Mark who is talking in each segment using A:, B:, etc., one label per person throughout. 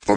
A: For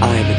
B: I am a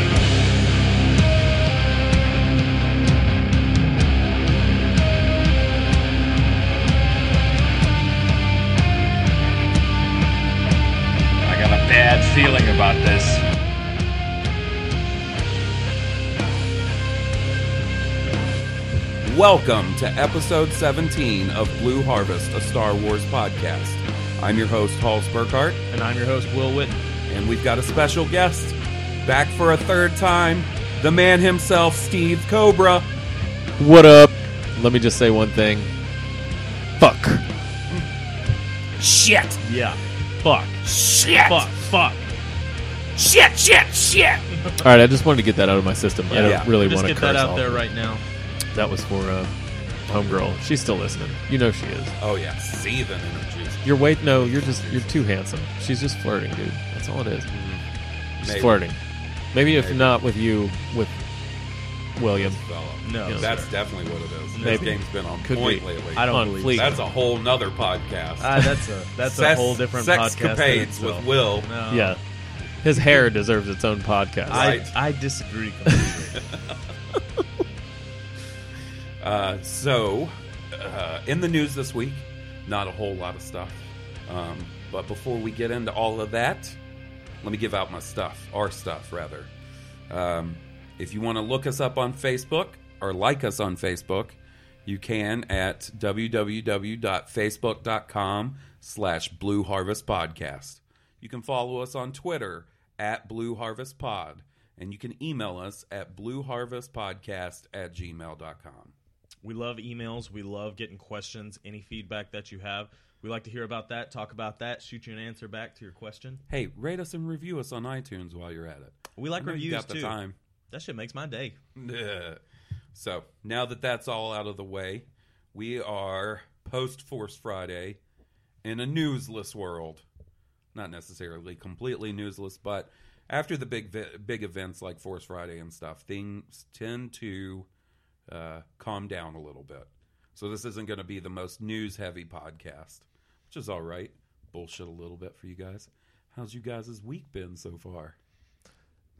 C: I got a bad feeling about this.
D: Welcome to episode 17 of Blue Harvest, a Star Wars podcast. I'm your host, Halls Burkhart,
E: And I'm your host, Will Witten.
D: and we've got a special guest back for a third time the man himself, Steve Cobra.
E: What up? Let me just say one thing. Fuck.
D: Shit!
E: Yeah. Fuck.
D: Shit!
E: Fuck. Fuck.
D: Shit, shit, shit!
E: All right, I just wanted to get that out of my system. I
D: Yeah.
E: don't
D: Yeah.
E: really
F: Just
E: want to
F: get
E: curse
F: that out
E: all.
F: there right now.
E: That was for uh, homegirl. She's still listening. You know she is.
D: Oh, yeah, seething energies.
E: You're wait. No, you're just you're too handsome. She's just flirting, dude. That's all it is. Just
D: Maybe.
E: flirting. Maybe if
D: Maybe.
E: not with you, with William.
D: Fella.
F: No,
E: Yeah.
D: That's definitely what it is. This
E: Maybe.
D: game's been on
E: Could
D: point
E: be.
D: lately.
F: I don't
E: On
F: believe
E: fleek.
D: That's a whole nother podcast.
F: Ah, that's a that's a
D: Sex-
F: whole different podcast. in
D: Sexcapades
F: itself.
D: with Will.
F: No,
E: Yeah. His hair deserves its own podcast.
F: I
D: Right.
F: I disagree. Completely.
D: Uh, so, uh, in the news this week, not a whole lot of stuff. Um, but before we get into all of that, let me give out my stuff, our stuff, rather. Um, if you want to look us up on Facebook or like us on Facebook, you can at www.facebook.com slash Blue Harvest Podcast. You can follow us on Twitter at Blue Harvest Pod, and you can email us at blueharvestpodcast at gmail.com.
F: we love emails. We love getting questions. Any feedback that you have, we like to hear about that. Talk about that. Shoot you an answer back to your question.
D: Hey, rate us and review us on iTunes while you're at it.
F: We like
D: I know you
F: reviews
D: got the
F: too.
D: time.
F: That shit makes my day.
D: Ugh. So now that that's all out of the way, we are post Force Friday in a newsless world. Not necessarily completely newsless, but after the big vi- big events like Force Friday and stuff, things tend to uh, calm down a little bit. So this isn't going to be the most news heavy podcast, which is all right. Bullshit a little bit for you guys. How's you guys' week been so far?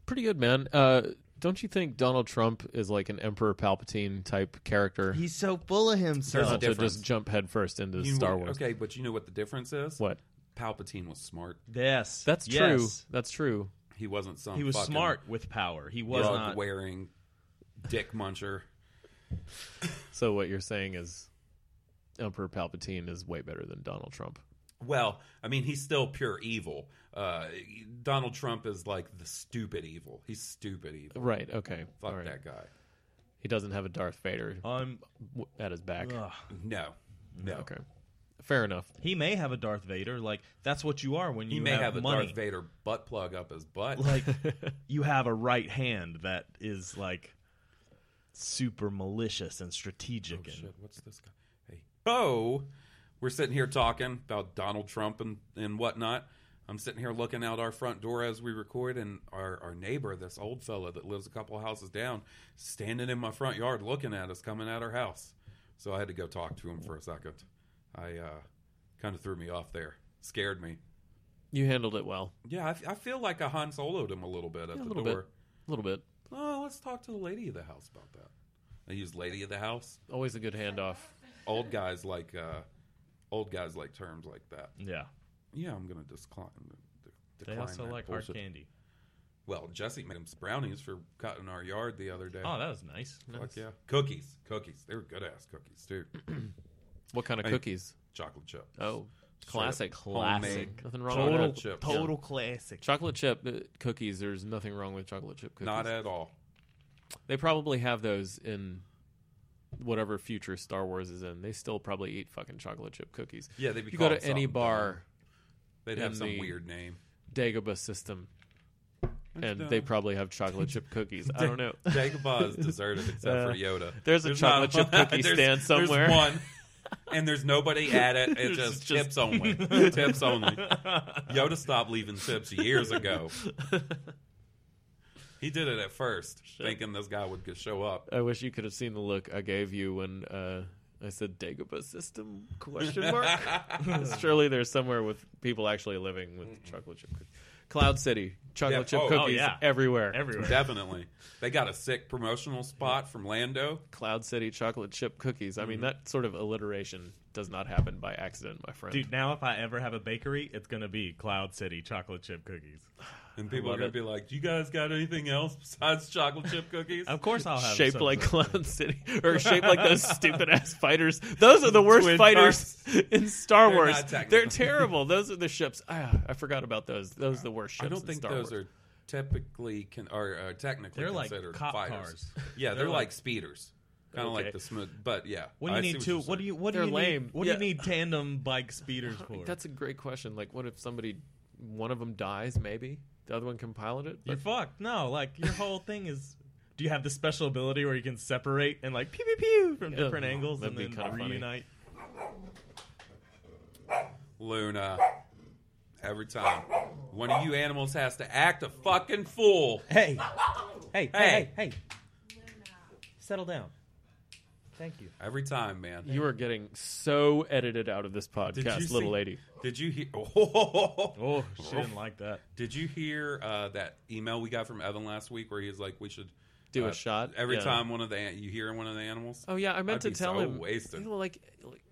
E: Pretty good, man. Uh, don't you think Donald Trump is like an Emperor Palpatine type character?
F: He's so full of
D: There's a
E: not
F: himself.
E: to
D: difference.
E: just jump headfirst into
D: You-
E: Star Wars.
D: Okay, but you know what the difference is?
E: What?
D: Palpatine was smart.
F: Yes,
E: That's
F: yes.
E: true. That's true.
D: He wasn't some.
F: He was
D: fucking
F: smart with power. He was not.
D: wearing dick muncher.
E: So what you're saying is Emperor Palpatine is way better than Donald Trump.
D: Well, I mean, he's still pure evil. Uh, Donald Trump is like the stupid evil. He's stupid evil.
E: Right. Okay.
D: Fuck
E: All right.
D: that guy.
E: He doesn't have a Darth Vader
F: Um,
E: w- at his back.
F: ugh.
D: No, no.
E: Okay. Fair enough.
F: he may have a Darth Vader. Like that's what you are when you
D: He may have, a
F: money.
D: Darth Vader butt plug up his butt.
F: like you have a right hand that is like super malicious and strategic
D: Oh,
F: and
D: shit, what's this guy? Hey. Oh, we're sitting here talking about Donald Trump and, and whatnot. I'm sitting here looking out our front door as we record, and our, our neighbor, this old fella that lives a couple of houses down, standing in my front yard looking at us coming at our house. So I had to go talk to him for a second. I uh, kind of threw me off there, scared me.
E: You handled it well.
D: Yeah, I, f- I feel like I Han Soloed him a little bit
E: Yeah,
D: at
E: a
D: the
E: little
D: door.
E: bit. A little bit.
D: Oh, let's talk to the lady of the house about that. I used lady of the house
E: Always a good handoff.
D: old guys like uh old guys like terms like that.
F: yeah
D: Yeah, I'm gonna discline. de-
F: they
D: decline
F: also
D: that
F: like hard
D: bullshit.
F: candy
D: Well, Jesse made him some brownies for cutting our yard the other day.
F: Oh, that was nice.
D: Fuck yeah. Cookies. Cookies. They were good ass cookies, too.
E: What kind of
D: Hey.
E: cookies?
D: Chocolate chip.
E: Oh,
D: Straight
E: classic.
D: up
F: Classic.
D: homemade
E: Nothing wrong with
F: Total,
E: that.
D: chip.
F: total classic.
E: Chocolate chip uh, cookies. There's nothing wrong with chocolate chip cookies.
D: Not at all.
E: They probably have those in whatever future Star Wars is in. They still probably eat fucking chocolate chip cookies.
D: Yeah, they'd be
E: You go
D: called
E: to any
D: something.
E: bar,
D: They'd have
E: in
D: some
E: the-
D: weird name.
E: Dagobah system, and
D: the-
E: they probably have chocolate chip cookies. I don't know.
D: Dagobah is deserted except for
E: Uh,
D: Yoda.
E: there's a
D: not
E: chocolate chip cookie
D: there's-
E: stand somewhere.
D: There's one, and there's nobody at it. It's just, tips only. tips only. Yoda stopped leaving tips years ago. He did it at first, thinking this guy would show up.
E: I wish you could have seen the look I gave you when uh, I said Dagobah system question mark. Surely there's somewhere with people actually living with chocolate chip cookies. Cloud City chocolate
D: Yeah,
E: chip
D: oh, oh,
E: cookies
F: yeah.
E: everywhere.
F: Everywhere.
D: Definitely. They got a sick promotional spot from Lando.
E: Cloud City chocolate chip cookies. I mean
D: Mm-hmm.
E: that sort of alliteration does not happen by accident, my friend.
F: Dude, now if I ever have a bakery, it's gonna be Cloud City chocolate chip cookies.
D: And people are going to be like, Do you guys got anything else besides chocolate chip cookies?
F: Of course, I'll have
E: shaped
F: some
E: like
F: sort of-
E: Cloud City, or shaped like those stupid ass fighters. Those are the worst fighters in Star
D: They're
E: Wars.
D: not technical.
E: They're terrible. Those are the ships. Ah, I forgot about those. Those are the worst ships.
D: I don't
E: in
D: think
E: Star
D: those
E: Wars.
D: are typically con- or uh, technically
F: They're like
D: considered
F: cop
D: fighters.
F: cars.
D: Yeah, they're,
F: They're
D: like,
F: like-
D: speeders, kind of
E: Okay.
D: like the smooth. But yeah,
F: What do you
D: I see
F: need two?
D: you're
F: What do
D: saying.
F: you? What
E: They're
F: do you
E: lame.
F: need? What
E: Yeah.
F: do you need tandem bike speeders for?
E: That's a great question. Like, what if somebody, one of them dies? Maybe the other one can pilot it.
F: you're
E: But
F: fucked. No, like your whole thing is. Do you have the special ability where you can separate and like pew pew pew from different angles
E: that'd
F: and
E: be
F: then
E: kinda funny.
F: reunite?
D: Luna? Every time one of you animals has to act a fucking fool.
F: Hey. Hey,
D: Hey.
F: hey, Settle down. Thank you.
D: Every time, man.
E: you are getting so edited out of this podcast,
D: you
E: little
D: see-
E: lady.
D: Did you hear?
F: Oh, she didn't like that.
D: Did you hear uh, that email we got from Evan last week where he was like, "We should
E: Do
D: uh,
E: a shot
D: every
E: Yeah.
D: time one of the an- you hear one of the animals."
E: Oh yeah, I meant
D: I'd
E: to
D: be
E: tell
D: so
E: him.
D: wasted.
E: you know, like, like,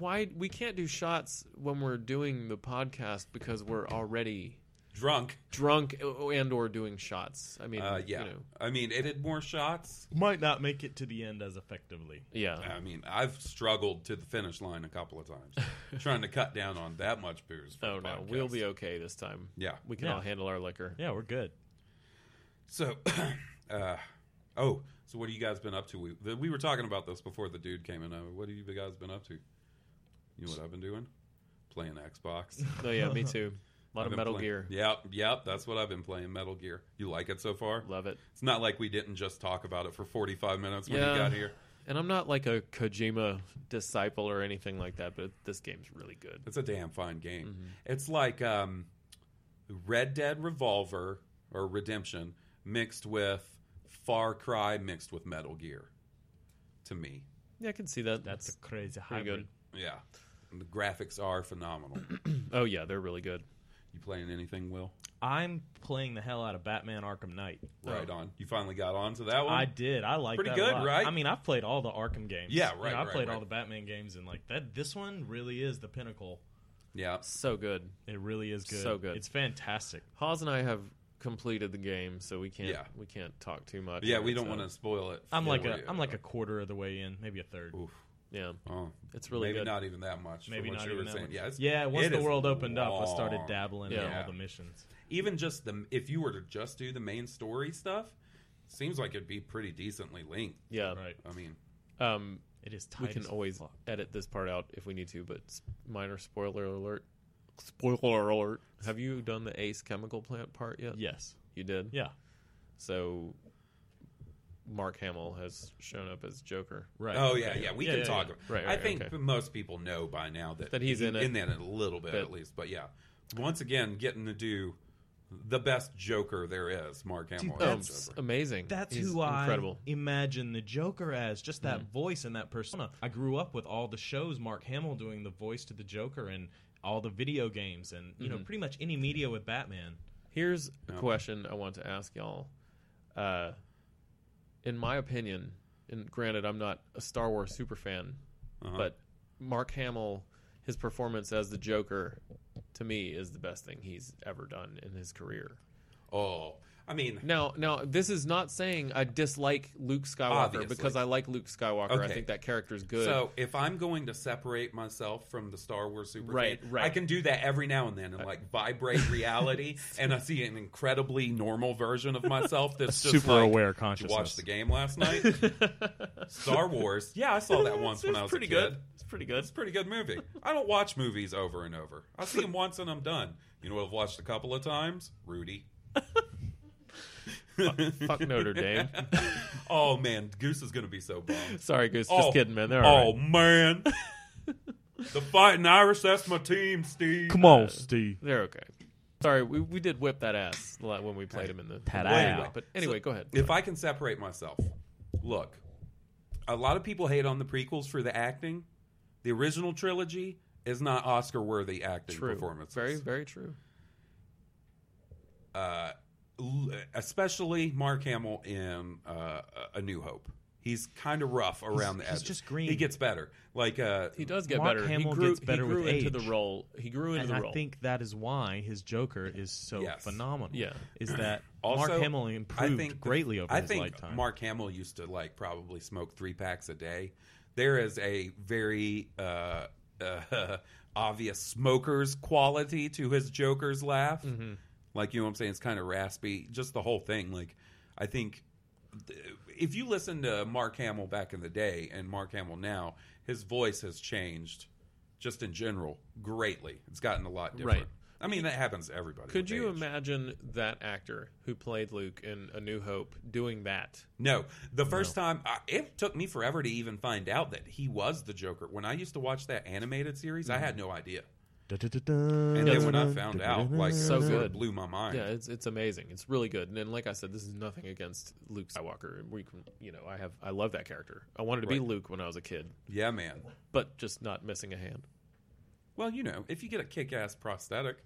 E: why we can't do shots when we're doing the podcast because we're already
D: Drunk.
E: drunk and or doing shots. I mean,
D: Uh, yeah.
E: you know,
D: I mean, it had more shots.
F: Might not make it to the end as effectively.
E: yeah.
D: I mean, I've struggled to the finish line a couple of times, trying to cut down on that much booze. For
E: oh
D: the
E: no,
D: podcast.
E: we'll be okay this time.
D: Yeah.
E: we can
F: Yeah.
E: all handle our liquor.
F: Yeah, we're good.
D: So, uh, oh, so what have you guys been up to? We the, we were talking about this before the dude came in. Uh, what have you guys been up to? You know what I've been doing? Playing Xbox.
E: No, Oh, yeah, me too. A lot
D: I've
E: of
D: been
E: Metal
D: playing-
E: Gear.
D: Yep, yep. That's what I've been playing. Metal Gear. You like it so far?
E: Love it.
D: It's not like we didn't just talk about it for forty five minutes when
E: Yeah.
D: you got here.
E: And I'm not like a Kojima disciple or anything like that, but this game's really good.
D: It's a damn fine game.
F: Mm-hmm.
D: It's like um, Red Dead Revolver or Redemption mixed with Far Cry mixed with Metal Gear. To me,
E: Yeah, I can see that.
F: That's a crazy
E: pretty
F: hybrid.
E: good.
D: yeah, And the graphics are phenomenal.
E: Oh yeah, they're really good.
D: you playing anything, Will?
F: I'm playing the hell out of Batman Arkham Knight.
D: Right on. You finally got onto that one.
F: Oh. I did. I like
D: Pretty
F: that a
D: good,
F: lot.
D: right?
F: I mean, I've played all the Arkham games.
D: Yeah,
F: You
D: right,
F: know, I've
D: right,
F: played
D: right.
F: all the Batman games, and like that, this one really is the pinnacle.
D: yeah,
E: So good.
F: It really is good.
E: So good.
F: It's fantastic.
E: Hawes and I have completed the game, so we can't
D: Yeah.
E: we can't talk too much. uh,
D: yeah. We don't want to spoil it.
F: I'm
D: for
F: like
D: you.
F: a I'm like a quarter of the way in, maybe a third.
D: Oof.
E: Yeah,
D: Oh,
E: It's really
D: maybe
E: good.
D: not even that much. from
F: Maybe
D: what
F: not
D: you were
F: even that
D: saying.
F: much.
D: Yeah, it's-
F: Yeah, once
D: it
F: the
D: is
F: world opened up, I started
D: long.
F: dabbling in
E: Yeah.
F: all the missions.
D: even just the if you were to just do the main story stuff seems like it'd be pretty decently linked
E: yeah.
F: Right.
D: i mean
E: Um,
F: It is
E: we
F: tight.
E: can
F: as
E: always
F: fuck.
E: edit this part out if we need to, but s- minor spoiler alert. Spoiler alert. Have you done the Ace Chemical Plant part yet?
F: Yes.
E: You did?
F: Yeah.
E: So Mark Hamill has shown up as Joker.
F: Right.
D: oh yeah yeah we
F: Yeah,
D: can
F: yeah,
D: talk
F: yeah.
D: about
E: Right,
D: i
E: right,
D: think
E: okay.
D: most people know by now that,
E: That he's
D: he-
E: in it.
D: that a little bit
E: But-
D: at least but yeah once again getting to do the best joker there is mark hamill
E: Oh,
D: as
E: it's
D: Joker.
E: amazing.
F: That's
E: He's
F: who I
E: incredible. Mm.
F: imagine the Joker as, just that voice and that persona. I grew up with all the shows Mark Hamill doing the voice to the Joker and all the video games and you
E: Mm-hmm.
F: know pretty much any media with Batman.
E: Here's a question I want to ask y'all. Uh, in my opinion, and granted, I'm not a Star Wars super fan,
D: Uh-huh.
E: but Mark Hamill, his performance as the Joker, to me, is the best thing he's ever done in his career.
D: Oh, I mean,
E: Now, now this is not saying I dislike Luke Skywalker
D: Obviously.
E: because I like Luke Skywalker. I
D: Okay.
E: think that character's good.
D: So if I'm going to separate myself from the Star Wars super
E: Right,
D: fan,
E: right.
D: I can do that every now and then and like vibrate reality, and I see an incredibly normal version of myself that's just
F: super
D: like,
F: aware
D: Did you
F: consciousness.
D: watch the game last night? Star Wars. Yeah, I saw that once when I was
E: pretty
D: a kid.
E: good. It's pretty good.
D: It's a pretty good movie. I don't watch movies over and over. I see them once and I'm done. You know what I've watched a couple of times? Rudy.
E: Fuck Notre Dame.
D: Oh man, Goose is gonna be so bummed.
E: Sorry, Goose.
D: Oh,
E: Just kidding, man. They're all
D: Oh
E: right.
D: man. the fighting Irish, that's my team, Steve.
F: Come on, Steve.
E: They're okay. Sorry, we, we did whip that ass li- when we played him in the.
F: Tat
E: Well, anyway,
F: out.
E: but anyway, go ahead.
D: if I can separate myself, look, a lot of people hate on the prequels for the acting. The original trilogy is not Oscar worthy acting
E: True.
D: performances.
E: Very, very true.
D: Uh, L- especially Mark Hamill in uh, A New Hope. He's kind of rough around the
F: he's
D: edges.
F: just green.
D: He gets better. Like uh,
E: He does get
F: Mark
E: better.
F: Hamill
E: he grew,
F: gets better
E: he grew
F: with
E: into
F: age.
E: the role. He grew into
F: and
E: the
F: I
E: role.
F: think that is why his Joker is so
D: Yes.
F: phenomenal.
E: Yeah.
F: is that
D: also,
F: Mark Hamill improved
D: I think the-
F: greatly over
D: I
F: his
D: think
F: lifetime.
D: Mark Hamill used to like probably smoke three packs a day. There is a very uh, uh, obvious smoker's quality to his Joker's laugh.
F: Mm-hmm.
D: Like you know what I'm saying? It's kind of raspy. Just the whole thing. Like I think th- if you listen to Mark Hamill back in the day and Mark Hamill now, his voice has changed. Just in general, greatly. It's gotten a lot different.
E: Right.
D: I mean, that happens to everybody.
E: Could
D: with
E: you
D: age.
E: imagine that actor who played Luke in A New Hope doing that?
D: No, the first time I, it took me forever to even find out that he was the Joker. When I used to watch that animated series, I had no idea,
F: Mm-hmm.
D: and then when I found out, like
E: So
D: it sort of
E: good.
D: blew my mind.
E: Yeah, it's it's amazing. It's really good. And then, like I said, this is nothing against Luke Skywalker. We can, you know, I have I love that character. I wanted to be
D: Right.
E: Luke when I was a kid,
D: Yeah, man.
E: but just not missing a hand.
D: Well, you know, if you get a kick-ass prosthetic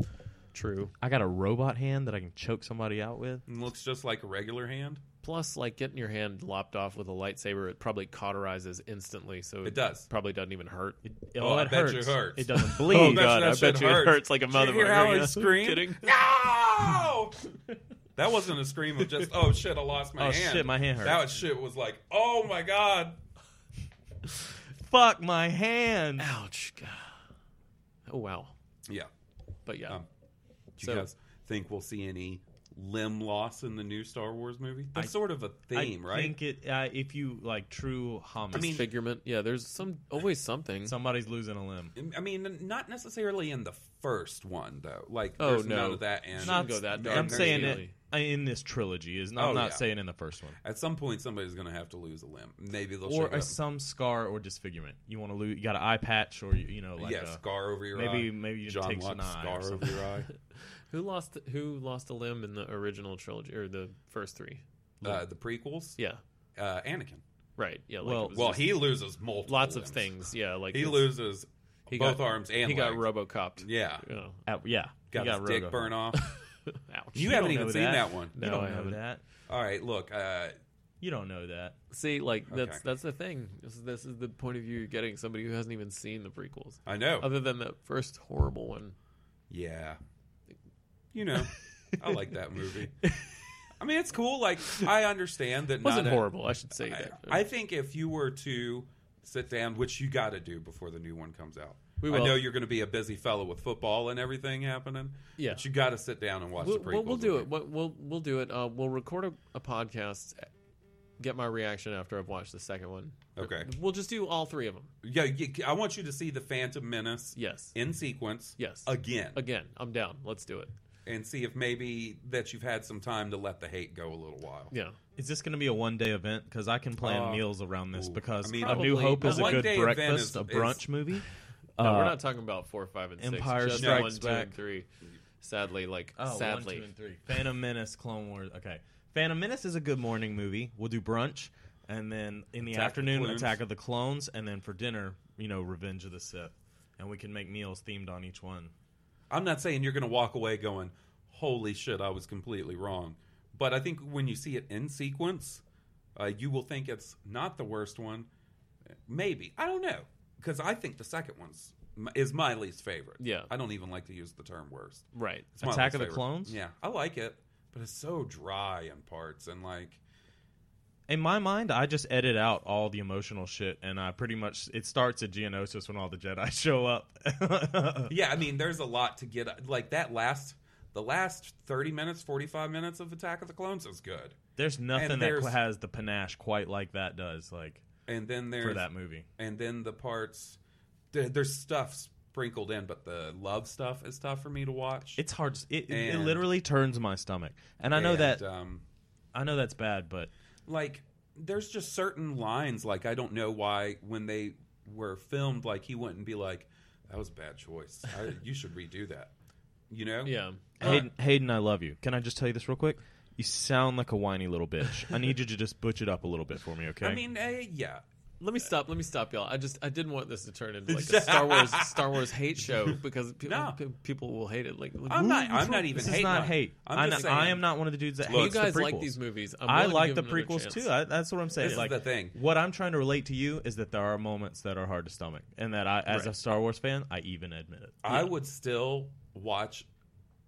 E: True.
F: I got a robot hand that I can choke somebody out with.
D: and looks just like a regular hand,
E: Plus, like getting your hand lopped off with a lightsaber, it probably cauterizes instantly. So
D: It does.
E: Probably doesn't even hurt.
D: Oh, I
F: it
D: bet
F: hurts.
D: you it hurts.
F: It doesn't
D: Oh,
F: bleed.
D: that's-
E: God,
D: that
E: I
D: shit
E: bet you it
D: hurts.
E: hurts like a
D: Did you hear
E: motherfucker,
D: how
E: yeah.
D: it screamed?
E: Kidding.
D: No. That wasn't a scream of just oh shit I lost my
F: Oh,
D: hand.
F: shit, my hand hurt.
D: That was- shit was like oh my god.
F: Fuck my hand.
E: Ouch. God. Oh wow.
D: Yeah.
E: But yeah,
D: Um, Do you
E: So-
D: guys think we'll see any limb loss in the new Star Wars movie? That's sort of a theme,
F: I
D: right?
F: think it uh, if you like true homage.
D: I mean-
E: disfigurement. Yeah, there's some always something.
F: somebody's losing a limb.
D: I mean, not necessarily in the first one though. Like,
E: Oh,
D: there's
E: no.
D: none of that. And
E: Not- go that dark.
F: I'm saying it uh,
E: Really.
F: in this trilogy. Is
D: Oh,
F: I'm not
D: yeah.
F: saying in the first one.
D: at some point, somebody's going to have to lose a limb. Maybe they'll
F: Or
D: show
F: a,
D: up.
F: some scar or disfigurement. You want to lose? You got an eye patch or you, you know like
D: yeah,
F: a,
D: scar over your
F: maybe-
D: eye.
F: maybe you
D: John
F: takes
D: Locke's
F: an eye or
D: scar over
F: something.
D: your eye.
E: Who lost who lost a limb in the original trilogy or the first three?
D: Uh, the prequels,
E: Yeah.
D: uh, Anakin.
E: Right. Yeah. Like
F: Well-
E: it was
D: Well,
E: just
D: he loses multiple
E: lots of
D: limbs.
E: things. Yeah. Like
D: He
E: it's-
D: loses
E: he
D: both
E: got-
D: arms and
E: He got
D: legs.
E: RoboCopped.
D: Yeah,
E: You know,
F: Uh, yeah,
D: got,
F: you got
D: his dick
F: Rogo.
D: burn off.
E: ouch.
D: You,
F: don't
D: haven't even
F: know
D: seen
F: that.
D: that one.
F: You
E: No,
F: don't
E: I
F: know
E: haven't.
F: that.
D: All right, look. Uh,
F: You don't know that.
E: See, like that's
D: Okay.
E: that's the thing. This is, this is the point of view you're getting somebody who hasn't even seen the prequels,
D: I know.
E: other than that first horrible one.
D: Yeah. You know, I like that movie. I mean, it's cool. Like, I understand that
E: It wasn't
D: not a-
E: horrible. I should say
D: I,
E: that.
D: I think if you were to sit down, which you got to do before the new one comes out.
E: We
D: I
E: will.
D: know you're going to be a busy fellow with football and everything happening.
E: Yeah.
D: But you got to sit down and watch
E: we'll,
D: the prequels.
E: we'll, we'll do
D: with
E: it.
D: me.
E: We'll we'll, we'll do it. Uh, we'll record a, a podcast. Get my reaction after I've watched the second one.
D: Okay.
E: We'll just do all three of them.
D: Yeah, you- I want you to see the Phantom Menace
E: Yes.
D: in sequence
E: Yes.
D: again
E: Again, I'm down. Let's do it.
D: and see if maybe that you've had some time to let the hate go a little while.
E: Yeah.
F: Is this going to be a one day event? Because I can plan
D: Uh,
F: meals around this
D: ooh,
F: because
D: I mean,
F: A New
E: Probably.
F: Hope is a
E: One
F: good
D: day event
F: breakfast,
D: is-
F: a
D: is-
F: brunch movie.
E: No,
F: Uh,
E: we're not talking about four, five, and six.
F: Empire
E: just
F: Strikes
E: one, two,
F: Back.
E: and three. Sadly, like
F: Oh, one,
E: sadly,
F: two, and three. Phantom Menace, Clone Wars. Okay, Phantom Menace is a good morning movie. We'll do brunch, and then in the
D: Attack of the
F: afternoon,
D: Clones.
F: Attack of the Clones, and then for dinner, you know, Revenge of the Sith, and we can make meals themed on each one.
D: I'm not saying you're going to walk away going, "Holy shit, I was completely wrong," but I think when you see it in sequence, uh, you will think it's not the worst one. Maybe I don't know because I think the second one's m- is my least favorite.
E: Yeah.
D: I don't even like to use the term worst.
E: right.
D: It's my
F: Attack
D: least
F: of the
D: favorite.
F: Clones?
D: Yeah, I like it, but it's so dry in parts and like
F: In my mind, I just edit out all the emotional shit, and I pretty much it starts at Geonosis when all the Jedi show up.
D: yeah i mean there's a lot to get like that last the last 30 minutes 45 minutes of attack of the clones is good
F: there's nothing that
D: there's-
F: that has the panache quite like that does, like
D: and then there's
F: for that movie.
D: and then the parts there, there's stuff sprinkled in but the love stuff is tough for me to watch
F: It's hard. to- It, it- it
D: And-
F: literally turns my stomach, and I know
D: And,
F: that
D: um
F: I know that's bad, but
D: like there's just certain lines like i don't know why when they were filmed like he wouldn't be like that was a bad choice I, you should redo that you know
E: Yeah.
F: Hayden, Hayden, I love you. Can I just tell you this real quick? You sound like a whiny little bitch. I need you to just butch it up a little bit for me, okay?
D: i mean eh, yeah
E: Let me stop. Let me stop, y'all. I just I didn't want this to turn into like a Star Wars Star Wars hate show because people
D: No.
E: pe- people will hate it. Like
D: i'm not i'm not even
F: this is
D: hating
F: not
D: on it.
F: hate.
D: I'm
F: I,
D: just
F: know- I
D: saying-
F: am not one of the dudes that
E: You
F: hates
E: guys
F: the prequels.
E: like these movies. I'm
F: I
E: willing to
F: like
E: give
F: the
E: them another
F: prequels
E: chance.
F: too. I, that's what I'm saying.
D: This is
F: like
D: the thing.
F: What I'm trying to relate to you is that there are moments that are hard to stomach, and that I, as a
E: Right.
F: Star Wars fan, I even admit it.
D: I would still watch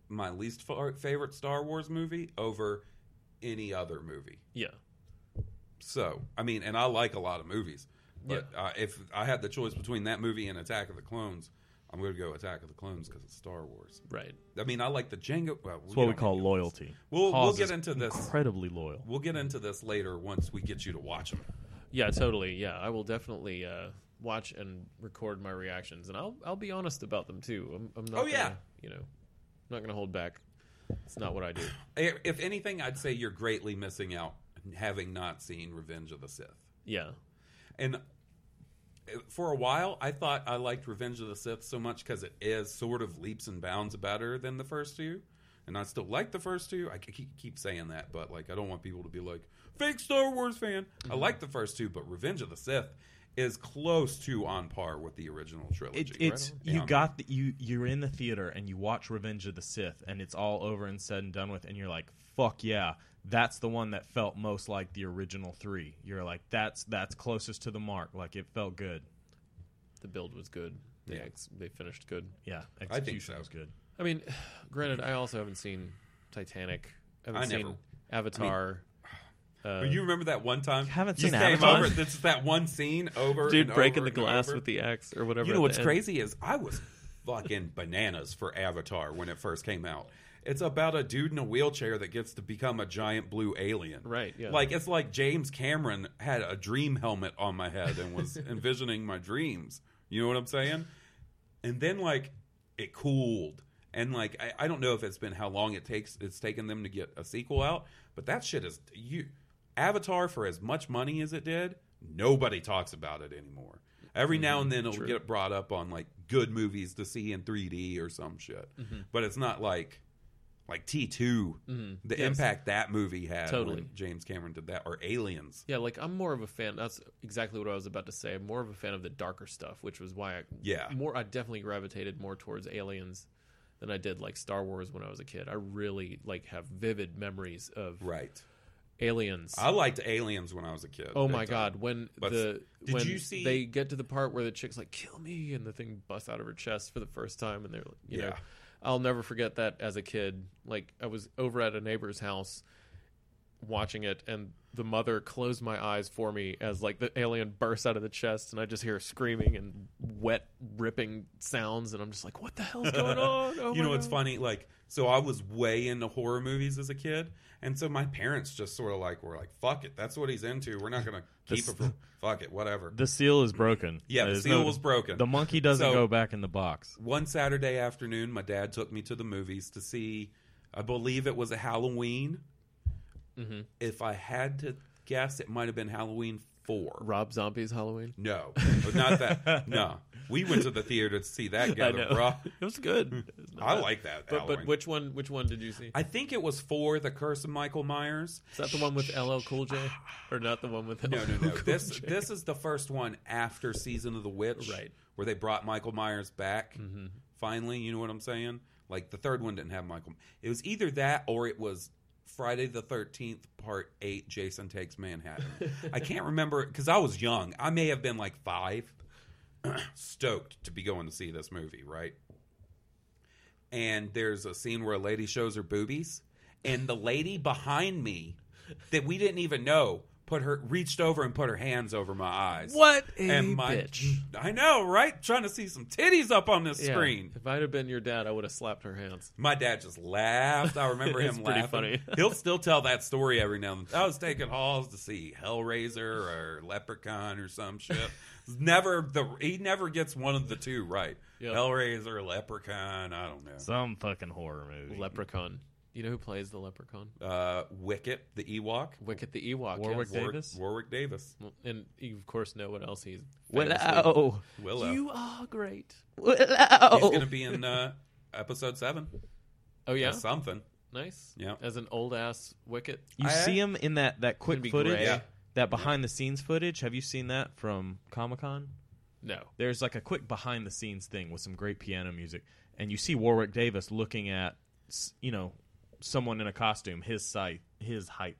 D: my least fa- favorite Star Wars movie over any other movie.
E: Yeah.
D: So, I mean, and I like a lot of movies, but uh, if I had the choice between that movie and Attack of the Clones, I'm going to go Attack of the Clones because it's Star Wars.
E: Right.
D: I mean, I like the Django. Well,
F: It's what we call loyalty.
D: We'll, we'll
E: Hawes
D: get
E: is
D: into this.
F: Incredibly loyal.
D: We'll get into this later once we get you to watch them.
E: Yeah. Totally. Yeah. I will definitely uh, watch and record my reactions, and I'll I'll be honest about them too. I'm, I'm not.
D: Oh, yeah.
E: gonna, You know, I'm not gonna hold back. It's not what I do.
D: I- If anything, I'd say you're greatly missing out having not seen Revenge of the Sith.
E: Yeah.
D: and uh, for a while i thought i liked revenge of the sith so much because it is sort of leaps and bounds better than the first two and i still like the first two i ke- keep, keep saying that but like i don't want people to be like fake star wars fan i like the first two but revenge of the sith is close to on par with the original trilogy
F: It, it's
D: Right on.
F: you
D: Yeah.
F: got the, you you're in the theater and you watch Revenge of the Sith and it's all over and said and done with and you're like fuck yeah that's the one that felt most like the original three you're like that's that's closest to the mark like it felt good
E: The build was good. They ex- they finished good.
F: yeah
D: think
F: execution
D: so.
F: was good
E: I mean, granted, I also haven't seen Titanic. I haven't
D: I
E: seen
D: never-
E: Avatar.
D: But you remember that one time?
F: haven't
D: you
F: seen
D: came
F: Avatar?
D: Over, this is that one scene over
E: Dude
D: and
E: breaking
D: over
E: the
D: and
E: glass
D: over.
E: with the axe or whatever.
D: You know
E: at
D: what's
E: the end.
D: crazy is I was fucking bananas for Avatar when it first came out. It's about a dude in a wheelchair that gets to become a giant blue alien.
E: Right, yeah.
D: Like it's like James Cameron had a dream helmet on my head and was envisioning my dreams. You know what I'm saying? And then like it cooled. And like I, I don't know if it's been how long it takes it's taken them to get a sequel out, but that shit is you Avatar for as much money as it did, nobody talks about it anymore. Every now and then it'll get brought up on like good movies to see in 3D or some shit. But it's not like like T2,
E: Mm-hmm.
D: the impact that movie had
E: Totally.
D: when James Cameron did that, or Aliens.
E: Yeah, like I'm more of a fan. That's exactly what I was about to say. I'm more of a fan of the darker stuff, which was why I
D: Yeah.
E: more I definitely gravitated more towards Aliens than I did like Star Wars when I was a kid. I really like have vivid memories of
D: Right.
E: Aliens.
D: I liked Aliens when I was a kid.
E: oh
D: Big
E: my
D: time.
E: god, when
D: But
E: the
D: did
E: when
D: you see-
E: they get to the part where the chick's like kill me and the thing busts out of her chest for the first time and they're like, you know,
D: Yeah.
E: I'll never forget that as a kid. Like I was over at a neighbor's house watching it and the mother closed my eyes for me as like the alien bursts out of the chest and I just hear screaming and wet ripping sounds and I'm just like what the hell's going on? Oh
D: you know
E: my
D: it's
E: God.
D: funny like so i was way into horror movies as a kid and so my parents just sort of like were like fuck it that's what he's into we're not gonna keep
F: This-
D: it from fuck it whatever
F: the seal is broken
D: Yeah, the
F: There's
D: seal was broken.
F: the monkey doesn't
D: So-
F: go back in the box
D: one saturday afternoon my dad took me to the movies to see i believe it was a halloween
E: Mm-hmm.
D: if i had to guess it might have been halloween 4
E: Rob Zombie's Halloween.
D: no but not that no we went to the theater to see that gather bro
E: It was good. It was not
D: i
E: bad.
D: like that
E: But,
D: Halloween.
E: but which one which one did you see?
D: i think it was for the curse of michael myers
E: Is that the one with LL Cool J, or not the one with LL
D: No, no, no.
E: Cool
D: this
E: J?
D: this is the first one after Season of the Witch,
E: Right. Mm-hmm.
D: Where they brought Michael Myers back finally. You know what I'm saying? Like the third one didn't have Michael. It was either that or it was Friday the Thirteenth Part Eight: Jason Takes Manhattan. I can't remember because I was young. I may have been like five, stoked to be going to see this movie, right? And there's a scene where a lady shows her boobies. and the lady behind me that we didn't even know put her reached over and put her hands over my eyes.
E: What a
D: and my,
E: bitch.
D: I know, right? Trying to see some titties up on this
E: Yeah.
D: screen.
E: If I'd have been your dad, I would have slapped her hands.
D: My dad just laughed. I remember
E: It's
D: him
E: pretty
D: laughing.
E: funny.
D: He'll still tell that story every now and then. I was taking halls to see Hellraiser or Leprechaun or some shit. never the he never gets one of the two right.
E: Yep.
D: Hellraiser, Leprechaun, I don't know.
F: Some fucking horror movie.
E: Leprechaun. You know who plays the leprechaun?
D: Uh, Wicket, the Ewok,
E: Wicket the Ewok.
F: Warwick
E: yes.
F: Davis?
D: Warwick Davis,
E: Well, And you, of course, know what else he's.
B: Willow.
D: Willow.
E: You are great.
F: Oh.
D: He's
B: Willow.
D: gonna be in uh, episode seven.
E: Oh, yeah?
D: or something.
E: Nice.
D: Yeah.
E: As an old ass Wicket.
F: You
D: I-
F: see him in that that quick
E: be
F: footage,
E: gray. Yeah.
F: that behind the scenes footage. Have you seen that from Comic Con?
E: No.
F: There's like a quick behind the scenes thing with some great piano music, and you see Warwick Davis looking at, s- you know, someone in a costume his size, his height.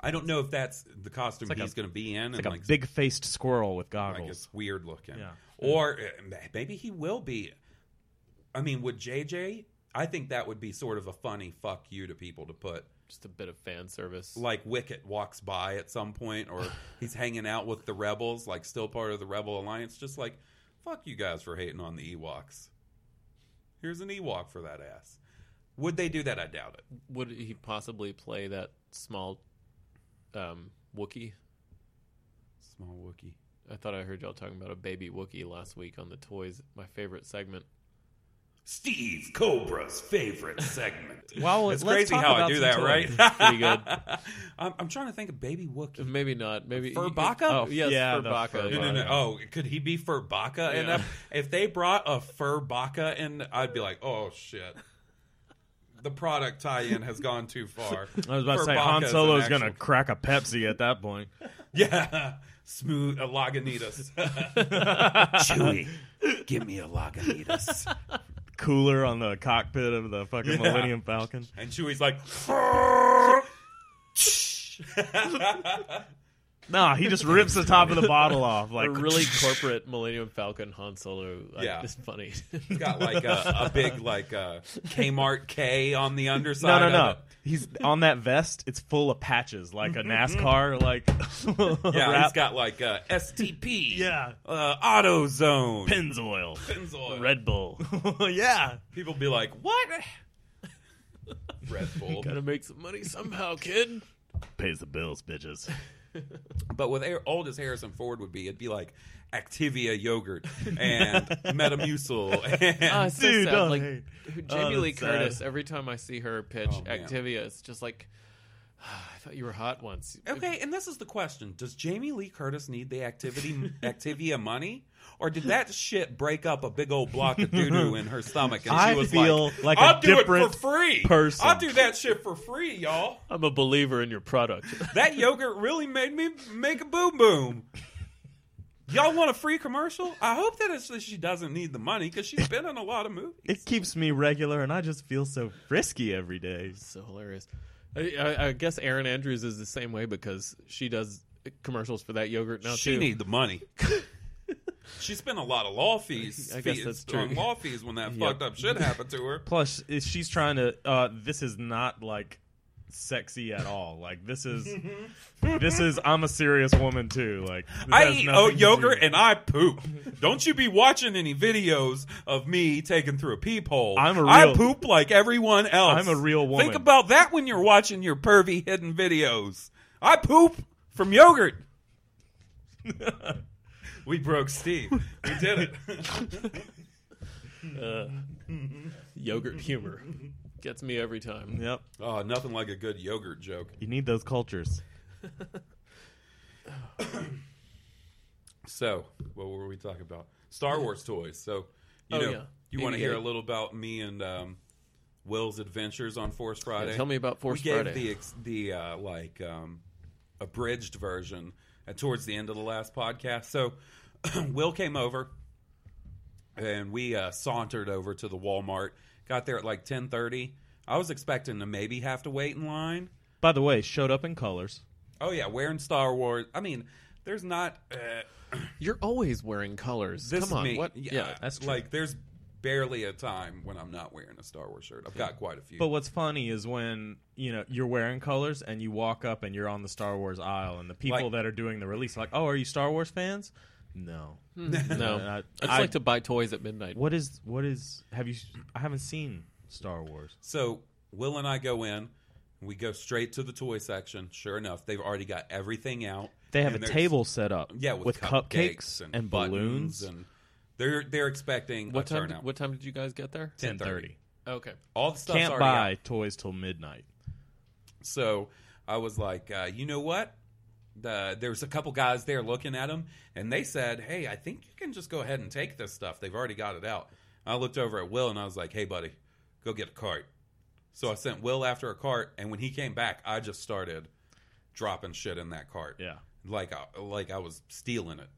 D: I don't know if that's the costume he's gonna be in.
F: It's
D: and
F: like, a big faced squirrel with
D: like
F: goggles.
D: it's weird looking.
F: Yeah.
D: Or uh, ma- maybe he will be. I mean, would JJ? I think that would be sort of a funny fuck you to people to put.
E: Just a bit of fan service.
D: Like Wicket walks by at some point, or he's hanging out with the rebels, like still part of the Rebel Alliance. Just like, fuck you guys for hating on the Ewoks. Here's an Ewok for that ass. Would they do that? I doubt it.
E: Would he possibly play that small um, Wookiee?
D: Small Wookie.
E: I thought I heard y'all talking about a baby Wookiee last week on the toys. My favorite segment.
D: Steve Cobra's favorite segment.
F: Well,
D: it's
F: let's
D: crazy
F: talk
D: how I
F: about
D: do
F: some
D: that,
F: toys.
D: right?
E: Pretty good.
D: I'm, I'm trying to think of baby Wookie.
E: Maybe not. Maybe
D: Furbaka?
E: Oh, yes,
F: Yeah, the
E: Furbaka.
D: No, no, no. Oh, could he be Furbaka? And
E: Yeah.
D: if, if they brought a Furbaka in, I'd be like, oh shit. The product tie-in has gone too far.
F: I was about to say
D: Furbaka
F: Han
D: is an
F: Solo's
D: actual-
F: gonna crack a Pepsi at that point.
D: yeah, smooth a Lagunitas. Chewy, give me a Lagunitas.
F: Cooler on the cockpit of the fucking Millennium Falcon.
D: And Chewy's like,
F: Nah, he just rips the top of the bottle off.
E: A
F: Like
E: really corporate Millennium Falcon Han Solo. Like,
D: Yeah.
E: It's funny.
D: got like a, a big like uh, Kmart K on the
F: No,
D: underside.
F: no,
D: of
F: no.
D: it.
F: He's on that vest. It's full of patches, like a NASCAR, like
D: Yeah,
F: wrap.
D: he's got like uh, STP.
F: Yeah.
D: uh, AutoZone.
F: Pennzoil,
D: Pennzoil.
F: Red Bull. yeah,
D: People be like, "What?" Red Bull.
E: Gotta make some money somehow, kid.
F: pays the bills, bitches.
D: But with air, old as Harrison Ford would be, it'd be like Activia yogurt and Metamucil.
E: Ah,
D: And
E: it's so
F: Dude,
E: sad.
D: uh,
F: don't
E: like
F: hate.
E: Jamie
F: Oh,
E: Lee
F: that's
E: Curtis.
F: sad.
E: Every time I see her pitch
D: Oh, man.
E: Activia, it's just like, I thought you were hot once.
D: okay, and this is the question: Does Jamie Lee Curtis need the activity Activia money, or did that shit break up a big old block of doo doo in her stomach? And
F: I
D: she was
F: feel
D: like,
F: like a
D: "I'll do it
F: different
D: for free.
F: person."
D: I'll do that shit for free, y'all."
E: I'm a believer in your product.
D: That yogurt really made me make a boom boom. Y'all want a free commercial? I hope that it's that she doesn't need the money because she's been in a lot of movies.
F: It keeps me regular, and I just feel so frisky every day.
E: so hilarious. I, I, I guess Aaron Andrews is the same way because she does commercials for that yogurt now
D: she
E: too.
D: need the money. she spent a lot of law fees.
E: I guess
D: fees-
E: that's true.
D: on law fees when that fucked up shit happened to her.
F: Plus, is she's trying to. Uh, this is not like sexy at all. Like this is, this is. I'm a serious woman too. Like this
D: I
F: has
D: eat
F: nothing
D: oat
F: to
D: yogurt
F: do-
D: and I poop. Don't you be watching any videos of me taking through a peephole.
F: I'm a
D: I
F: real-
D: poop like everyone else.
F: I'm a real woman.
D: Think about that when you're watching your pervy hidden videos. I poop from yogurt. we broke Steve. We did it.
E: yogurt humor. Gets me every time.
F: Yep,
D: oh, nothing like a good yogurt joke.
F: you need those cultures.
D: So, what were we talking about? Star Wars toys. So, you
E: Oh,
D: know,
E: yeah.
D: you want to hear a
E: 88.
D: little about me and um, Will's adventures on Force Friday?
E: Yeah, tell me about Force
D: we gave
E: Friday.
D: the ex- the uh, like um, abridged version uh, towards the end of the last podcast. So, Will came over, and we uh, sauntered over to the Walmart. Got there at like ten thirty. I was expecting to maybe have to wait in line.
F: By the way, showed up in colors.
D: Oh yeah, wearing Star Wars. I mean, there's not. Uh,
E: You're always wearing colors.
D: This
E: Come on.
D: is me.
E: What?
D: Yeah,
E: yeah.
D: that's like there's barely a time when I'm not wearing a Star Wars shirt. I've got quite a few.
F: But what's funny is when you know you're wearing colors and you walk up and you're on the Star Wars aisle and the people
D: Like-
F: that are doing the release are like, "Oh, are you Star Wars fans?" No.
D: Hmm.
E: No,
F: I-
E: I just
F: I-
E: like to buy toys at midnight.
F: What is what is have you I haven't seen Star Wars.
D: So Will and I go in. We go straight to the toy section. Sure enough, they've already got everything out.
F: They have
D: And
F: a
D: there's-
F: table set up
D: yeah, with,
F: cupcakes and,
D: buttons
F: balloons.
D: and they're they're expecting
E: What
D: a
E: time?
D: turnout.
E: Did, what time did you guys get there?
F: 10:30.
E: Okay.
D: All the stuff's
F: Can't
D: already
F: buy
D: out.
F: toys till midnight.
D: So I was like, uh, you know what? The, there's a couple guys there looking at them, and they said, "Hey, I think you can just go ahead and take this stuff. They've already got it out." I looked over at Will and I was like, "Hey, buddy, go get a cart." So I sent Will after a cart, and when he came back, I just started dropping shit in that cart.
F: Yeah.
D: like I, like I was stealing it.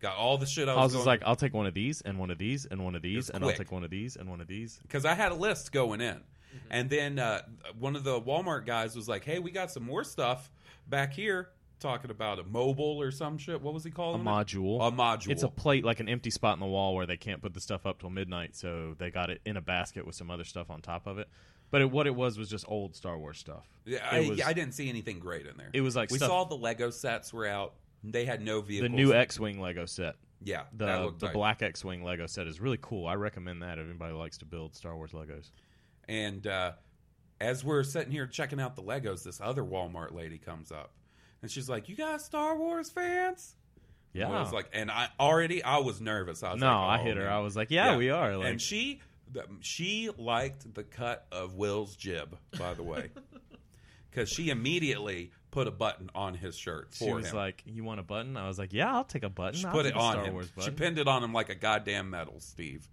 D: Got all the shit I
F: I was
D: was,
F: just
D: going
F: like, I'll take one of these and one of these and one of these
D: Just
F: and I'll
D: quick.
F: take one of these and one of these.
D: because I had a list going in, and then uh, one of the Walmart guys was like, "Hey, we got some more stuff back here." Talking about a mobile or some shit. What was he
F: A
D: calling it?
F: module.
D: A module.
F: It's a plate, like an empty spot in the wall where they can't put the stuff up till midnight, so they got it in a basket with some other stuff on top of it. But it, what it was was just old Star Wars stuff.
D: Yeah,
F: it
D: I,
F: was-
D: yeah, I didn't see anything great in there.
F: It was like
D: we
F: stuff-
D: saw the Lego sets were out. They had no
F: The
D: vehicles.
F: new X-wing Lego set,
D: yeah, that
F: the
D: looked
F: the
D: tight.
F: black X-wing Lego set is really cool. I recommend that if anybody likes to build Star Wars Legos.
D: And uh, as we're sitting here checking out the Legos, this other Walmart lady comes up, and she's like, "You guys Star Wars fans?"
F: Yeah,
D: And I was like, and I already I was nervous. I was
F: no, I
D: like, "Oh,
F: hit her.
D: man."
F: I was like, yeah, we are. Like,
D: and she th- she liked the cut of Will's jib, by the way, because she immediately put a button on his shirt for
F: she was
D: him.
F: like, you want a button? I was like, yeah, I'll take a button.
D: she
F: I'll
D: put
F: take
D: it
F: a
D: on
F: Star
D: him.
F: Wars
D: She
F: button.
D: pinned it on him like a goddamn medal, Steve.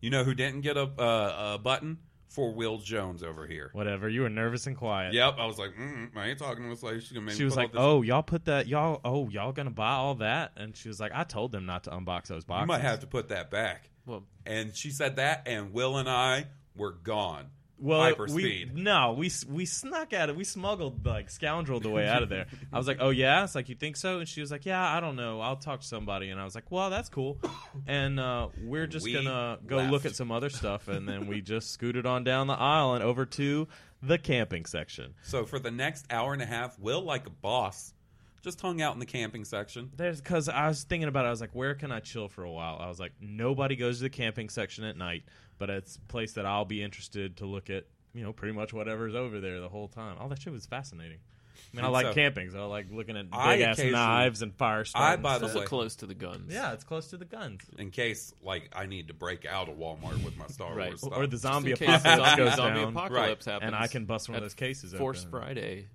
D: You know who didn't get a uh, a button for Will Jones over here?
F: Whatever. You were nervous and quiet.
D: Yep, I was like, mm, I ain't talking to this lady. She's gonna make
F: She
D: me
F: was
D: put all
F: like,
D: this-
F: "Oh, y'all put that, y'all, oh, y'all gonna buy all that?" And she was like, "I told them not to unbox those boxes."
D: you might have to put that back."
E: Well,
D: And she said that, and Will and I were gone.
F: well,
D: hyper
F: we,
D: speed.
F: No, we s- we snuck out of, we smuggled like scoundreled the way out of there. I was like, "Oh yeah," it's like you think so, and she was like, "Yeah, I don't know, I'll talk to somebody." And I was like, "Well, that's cool," and uh, we're just
D: We
F: gonna go look
D: left.
F: at some other stuff, and then we just scooted on down the aisle and over to the camping section.
D: So for the next hour and a half, Will, like a boss, just hung out in the camping section.
F: There's because I was thinking about it. I was like, where can I chill for a while? I was like, nobody goes to the camping section at night, but it's a place that I'll be interested to look at. You know, pretty much whatever's over there the whole time. All that shit was fascinating. I mean, I
D: And
F: like
D: so-
F: camping, so I like looking at
D: I
F: big ass
D: occasionally-
F: knives and fire
D: I,
F: starters.
D: by the
E: also
D: way,
E: close to the guns.
F: yeah, it's close to the guns,
D: in case like I need to break out of Walmart with my Star
E: Right.
D: Wars
F: or,
D: stuff,
F: the
E: Just
F: zombie
E: in case
F: apocalypse
E: the zombie,
F: goes
E: zombie
F: down,
E: apocalypse happens,
F: and I can bust one of
E: at
F: those cases.
E: Force
F: open.
E: Friday.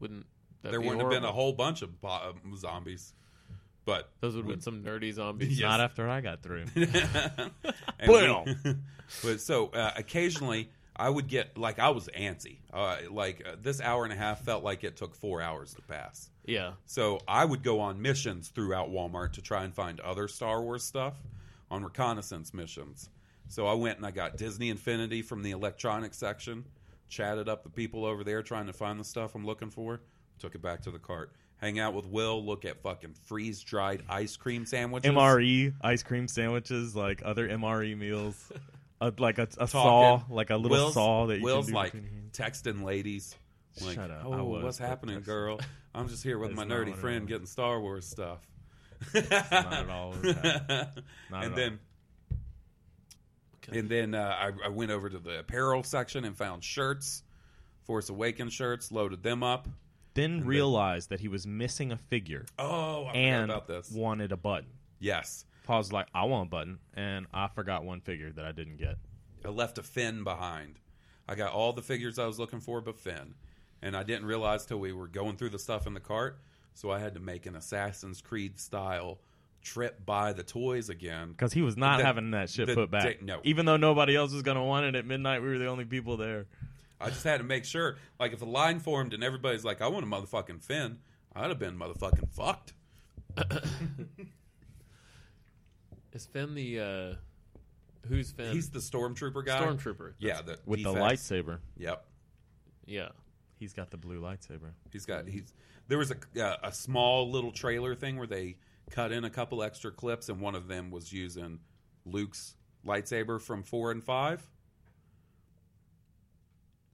E: Wouldn't that
D: there
E: be
D: wouldn't have been a
E: horrible?
D: whole bunch of bo- uh, zombies. But
E: Those would have been some nerdy zombies.
D: Yes.
F: Not after I got through.
D: And we- but so uh, occasionally I would get like I was antsy. Uh, like uh, this hour and a half felt like it took four hours to pass.
E: Yeah.
D: So I would go on missions throughout Walmart to try and find other Star Wars stuff on reconnaissance missions. So I went and I got Disney Infinity from the electronics section, chatted up the people over there trying to find the stuff I'm looking for, took it back to the cart. Hang out with Will, look at fucking freeze dried ice cream sandwiches.
F: MRE E ice cream sandwiches, like other MRE meals, uh, like a, a saw,
D: talking.
F: like a little
D: Will's-
F: saw that you
D: Will's
F: can do
D: like
F: between your hands.
D: texting ladies. Like,
F: Shut up. I
D: Oh,
F: was,
D: what's
F: but
D: happening,
F: that's-
D: girl? I'm just here
F: That's
D: with my
F: not
D: nerdy
F: what it
D: friend
F: was.
D: getting Star Wars stuff.
F: not at all what was happening. Not
D: and
F: at
D: then,
E: Okay.
D: and then uh, I, I went over to the apparel section and found shirts, Force Awaken shirts, loaded them up.
F: then realized that he was missing a figure
D: Oh, I
F: and
D: forgot about this.
F: wanted a button.
D: Yes,
F: Paul's like, I want a button, and I forgot one figure that I didn't get.
D: I left a Finn behind. I got all the figures I was looking for, but Finn. And I didn't realize till we were going through the stuff in the cart, so I had to make an Assassin's Creed style trip by the toys again.
F: Because he was not
D: The-
F: having that shit
D: the
F: put back.
D: dick- no.
F: Even though nobody else was going to want it at midnight, we were the only people there.
D: I just had to make sure, like, if the line formed and everybody's like, "I want a motherfucking Finn," I'd have been motherfucking fucked.
E: Is Finn the uh who's Finn?
D: He's the stormtrooper guy.
E: Stormtrooper.
D: Yeah, the,
F: With the
D: defects.
F: lightsaber.
D: Yep,
E: Yeah.
F: He's got the blue lightsaber.
D: he's got. He's there was a uh, a small little trailer thing where they cut in a couple extra clips, and one of them was using Luke's lightsaber from four and five,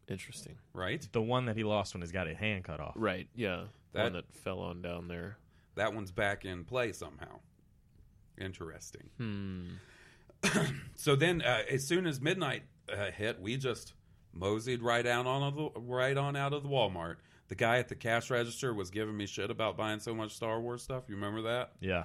E: Interesting.
D: right?
F: The one that he lost when he's got his hand cut off.
E: Right. Yeah. The
D: That-
E: one that fell on down there.
D: That one's back in play somehow. Interesting.
E: Hmm.
D: So then, uh, as soon as midnight uh, hit, we just moseyed right out on the, right on out of the Walmart. The guy at the cash register was giving me shit about buying so much Star Wars stuff. You remember that?
F: Yeah.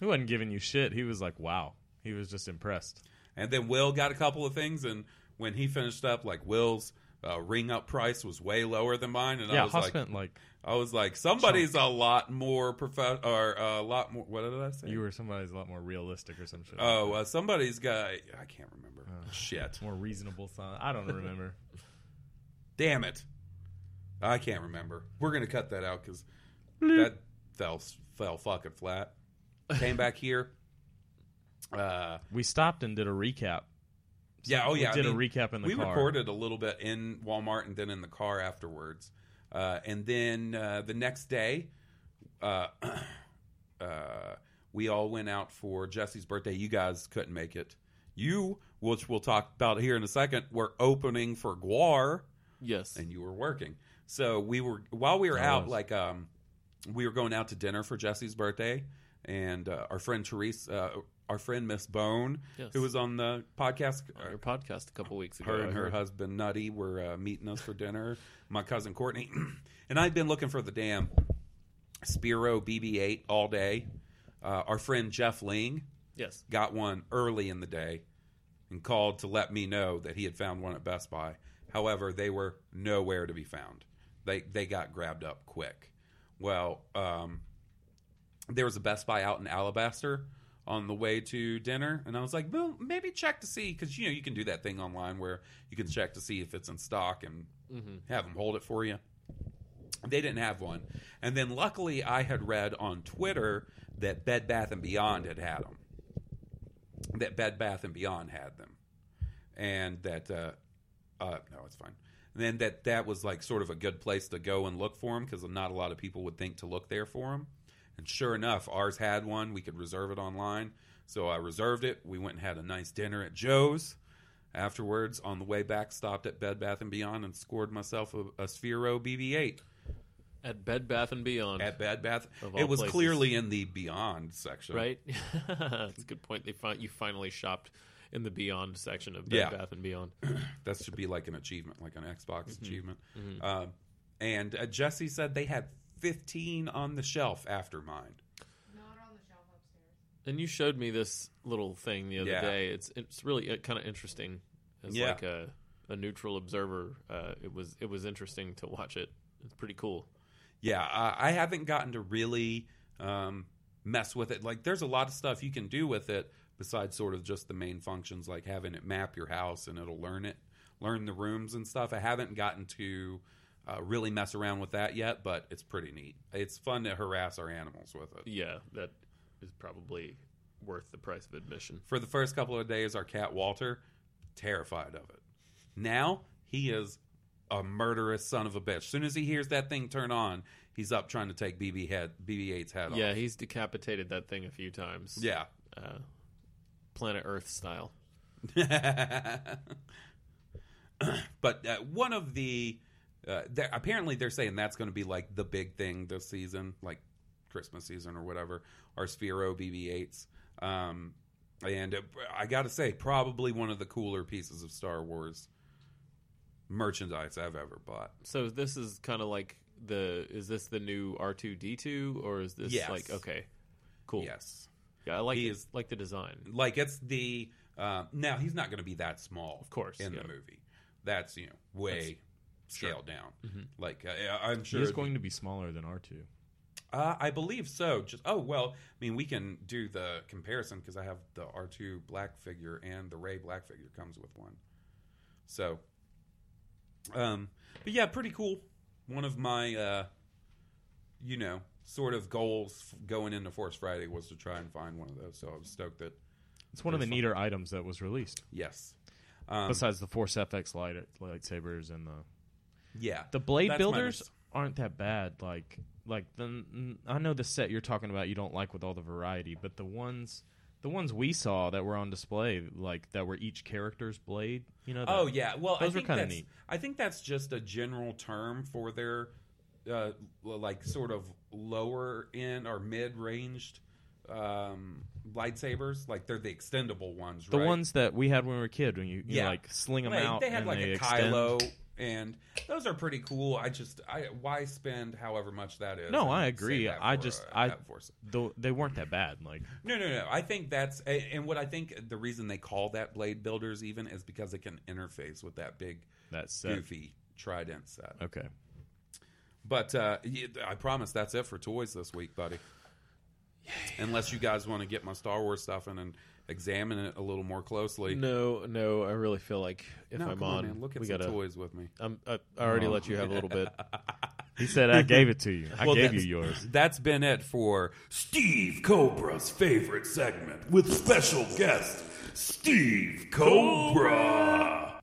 F: He wasn't giving you shit. He was like, wow. He was just impressed.
D: And then Will got a couple of things, and when he finished up, like Will's uh, ring up price was way lower than mine, and I
F: yeah,
D: was
F: I
D: like,
F: spent like
D: I was like, somebody's a lot more prof or uh, a lot more. What did I say?
F: you were somebody's a lot more realistic or some shit.
D: Oh, uh, somebody's got. I can't remember.
F: Uh.
D: Shit.
F: more reasonable son. I don't remember.
D: Damn it. I can't remember. We're gonna cut that out because that fell fell fucking flat. Came back here. Uh,
F: we stopped and did a recap.
D: yeah. Oh
F: we
D: yeah. I
F: did
D: mean,
F: a recap in the
D: we
F: car.
D: recorded a little bit in Walmart and then in the car afterwards. Uh, and then uh, the next day, uh, uh, we all went out for Jesse's birthday. You guys couldn't make it. You, which we'll talk about here in a second, were opening for Guar
E: Yes.
D: and you were working. So we were while we were
F: I
D: out,
F: was.
D: like um, we were going out to dinner for Jesse's birthday, and uh, our friend Therese, uh, our friend Miss Bone,
E: Yes.
D: who was on the podcast,
F: Oh,
D: uh,
E: on your podcast a couple weeks ago.
D: her
E: I
D: and her
E: heard.
D: husband Nutty were uh, meeting us for dinner. My cousin Courtney and I'd been looking for the damn Spiro BB-8 all day. Uh, our friend Jeff Ling
E: Yes.
D: got one early in the day and called to let me know that he had found one at Best Buy. However, they were nowhere to be found. They they got grabbed up quick. Well, um, there was a Best Buy out in Alabaster on the way to dinner, and I was like, "Well, maybe check to see because you know you can do that thing online where you can check to see if it's in stock and
E: Mm-hmm.
D: have them hold it for you." They didn't have one, and then luckily I had read on Twitter that Bed Bath and Beyond had had them that Bed Bath and Beyond had them, and that uh, uh, no, it's fine. And then that that was like sort of a good place to go and look for them because not a lot of people would think to look there for them. And sure enough, ours had one. We could reserve it online, so I reserved it. We went and had a nice dinner at Joe's. Afterwards, on the way back, stopped at Bed Bath and Beyond and scored myself a, a Sphero BB-8
E: At Bed Bath and Beyond.
D: at Bed Bath.
E: Of all
D: It was
E: places.
D: clearly in the Beyond section,
E: right. That's a good point. They fi- you finally shopped in the Beyond section of Bed
D: Yeah.
E: Bath and Beyond.
D: that should be like an achievement, like an Xbox
E: Mm-hmm.
D: achievement. Um, and uh, Jesse said they had 15 on the shelf after mine.
E: And you showed me this little thing the other
D: Yeah.
E: day. It's it's really uh, kind of interesting. As
D: Yeah.
E: like a a neutral observer, uh, it was it was interesting to watch it. It's pretty cool.
D: Yeah, I, I haven't gotten to really um, mess with it. Like, there's a lot of stuff you can do with it besides sort of just the main functions, like having it map your house and it'll learn it, learn the rooms and stuff. I haven't gotten to uh, really mess around with that yet, but it's pretty neat. It's fun to harass our animals with it.
E: Yeah, that is probably worth the price of admission.
D: For the first couple of days, our cat Walter terrified of it. Now he is a murderous son of a bitch. Soon as he hears that thing turn on, he's up trying to take BB head BB8's head off.
E: Yeah, he's decapitated that thing a few times.
D: yeah.
E: uh, Planet Earth style.
D: but uh, one of the uh, they're, apparently they're saying that's going to be like the big thing this season, like Christmas season or whatever. Our Sphero BB-8s, um, and uh, I got to say, probably one of the cooler pieces of Star Wars merchandise I've ever bought.
E: So this is kind of like the is this the new R two D two or is this
D: Yes.
E: like okay, cool.
D: Yes,
E: Yeah, I like
D: He
E: it,
D: is-
E: like the design.
D: like it's the uh, now he's not going to be that small, of
E: course,
D: in
E: yeah.
D: the movie. That's you know way scaled down. Like uh, I'm
F: He
D: sure
F: is
D: it'd be-
F: going to be smaller than R two.
D: Uh, I believe so. Just oh well. I mean, we can do the comparison because I have the R two black figure and the Ray black figure comes with one. So, um, but yeah, pretty cool. One of my, uh, you know, sort of goals f- going into Force Friday was to try and find one of those. So I was stoked that
F: It's one of the neater items that was released.
D: yes, um,
F: Besides the Force FX light, lightsabers and the
D: yeah,
F: the blade
D: That's my
F: builders
D: next-
F: aren't that bad. Like like the n- I know the set you're talking about you don't like with all the variety, but the ones The ones we saw that were on display, like that were each character's blade. You know.
D: Oh
F: that-
D: yeah, well
F: those
D: I
F: were
D: think
F: kinda
D: that's-
F: neat.
D: I think that's just a general term for their uh, l- like sort of lower end or mid ranged um, lightsabers. Like they're the extendable ones,
F: The
D: right?
F: ones that we had when we were a kid, when you, you
D: Yeah.
F: like sling them
D: Like,
F: out.
D: They had
F: and
D: like
F: they
D: a
F: extend.
D: Kylo, and those are pretty cool. I just I why spend however much that is?
F: No,
D: and
F: I
D: save
F: agree.
D: that
F: I
D: for,
F: just-
D: uh,
F: I-
D: that for s-
F: Though they weren't that bad. Like
D: no no no. I think that's a- and what I think the reason they call that blade builders even is because it can interface with that big
F: that set.
D: goofy trident set.
F: Okay.
D: But uh, y- I promise that's it for toys this week, buddy. Unless you guys want to get my Star Wars stuff in and examine it a little more closely.
E: No, no, I really feel like if
D: No,
E: I'm
D: come
E: on,
D: man, look at
E: we
D: some
E: gotta.
D: toys with me.
E: I'm, I, I already let you have a little bit.
F: He said I gave it to you. I
D: Well,
F: gave you
D: that's-
F: yours.
D: That's been it for
G: Steve Cobra's favorite segment with special guest Steve Cobra.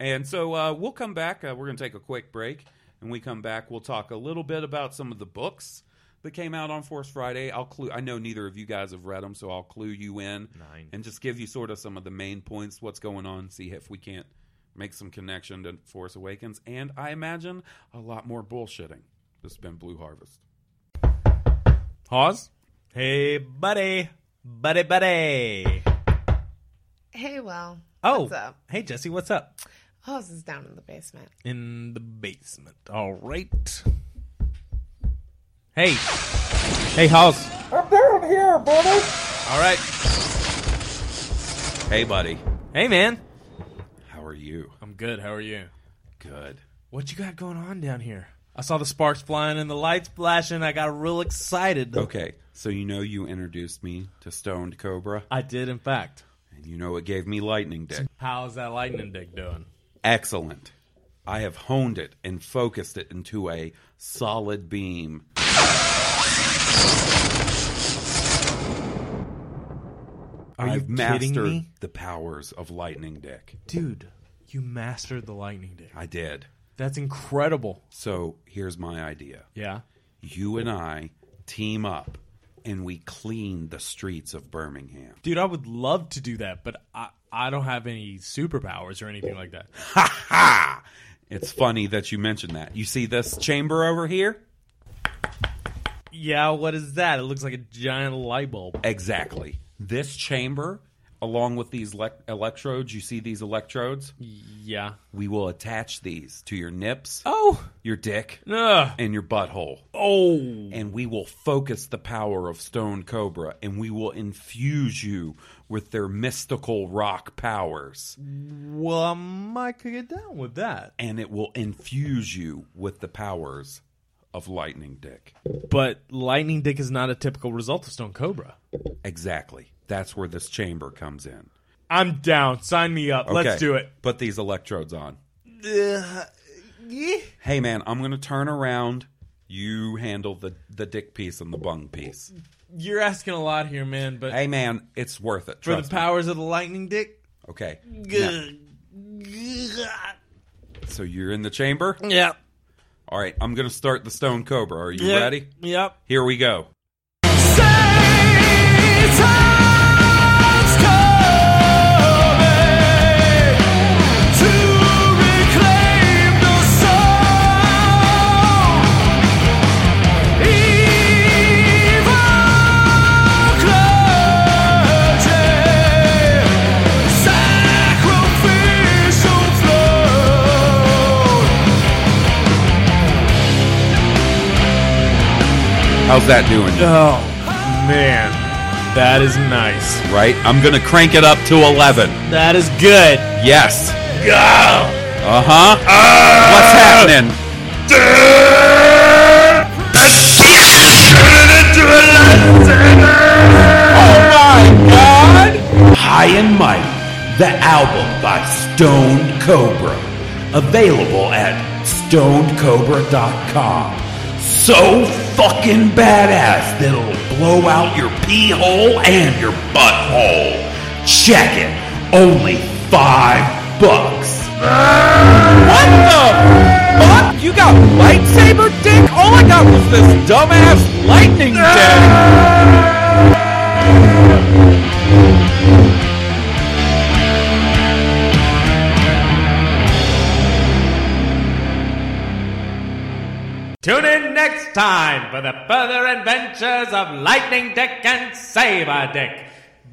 D: And so uh, we'll come back. Uh, we're going to take a quick break. And we come back, we'll talk a little bit about some of the books that came out on Force Friday. I'll clue. I know neither of you guys have read them, so I'll clue you in
F: Nine.
D: and just give you sort of some of the main points, what's going on, see if we can't make some connection to Force Awakens. And I imagine a lot more bullshitting. This has been Blue Harvest.
F: Pause. Hey, buddy, buddy, buddy.
H: Hey, well.
F: Oh,
H: What's up?
F: hey Jesse, what's up?
H: Oz is down in the basement.
F: In the basement. All right. Hey, hey, Halls.
D: All right. Hey, buddy.
F: Hey, man.
D: How are you?
F: I'm good. How are you?
D: Good.
F: What you got going on down here? I saw the sparks flying and the lights flashing. I got real excited.
D: Okay, so you know you introduced me to Stoned Cobra.
F: I did, in fact.
D: And you know it gave me lightning dick.
F: How's that lightning dick doing?
D: Excellent. I have honed it and focused it into a solid beam.
F: Are
D: I've
F: you
D: mastered
F: kidding me,
D: the powers of lightning dick.
F: dude? You mastered the lightning dick.
D: I did.
F: That's incredible.
D: So here's my idea.
F: Yeah.
D: You and I team up and we clean the streets of Birmingham.
F: Dude, I would love to do that, but I, I don't have any superpowers or anything like that.
D: Ha ha! It's funny that you mentioned that. You see this chamber over here?
F: Yeah, what is that? It looks like a giant light bulb.
D: Exactly. This chamber, along with these elec electrodes, you see these electrodes?
F: Yeah.
D: We will attach these to your nips,
F: Oh,
D: your dick,
F: no.
D: and your butthole.
F: Oh.
D: And we will focus the power of Stone Cobra and we will infuse you with their mystical rock powers.
F: Well, I might could get down with that.
D: And it will infuse you with the powers of Lightning Dick.
F: But Lightning Dick is not a typical result of Stone Cobra.
D: Exactly. That's where this chamber comes in.
F: I'm down. Sign me up.
D: Okay,
F: Let's do it.
D: Put these electrodes on. Hey man, I'm gonna turn around. You handle the the dick piece and the bung piece.
F: You're asking a lot here, man, but
D: Hey man, it's worth it.
F: for the
D: trust me.
F: powers of the Lightning Dick?
D: Okay. now- So you're in the chamber.
F: Yep.
D: All right, I'm gonna start the Stone Cobra. Are you ready?
F: Yep.
D: Here we go. How's that doing?
F: Oh, man. That is nice.
D: Right? I'm gonna crank it up to 11.
F: That is good.
D: Yes. Go. Uh huh. What's happening?
G: High and Mighty, the album by Stone Cobra. Available at stonedcobra.com. So fucking badass that it'll blow out your pee hole and your butthole. Check it. Only five bucks.
D: What the fuck? You got lightsaber dick? All I got was this dumbass lightning dick.
I: Tune in next time for the further adventures of Lightning Dick and Saber Dick.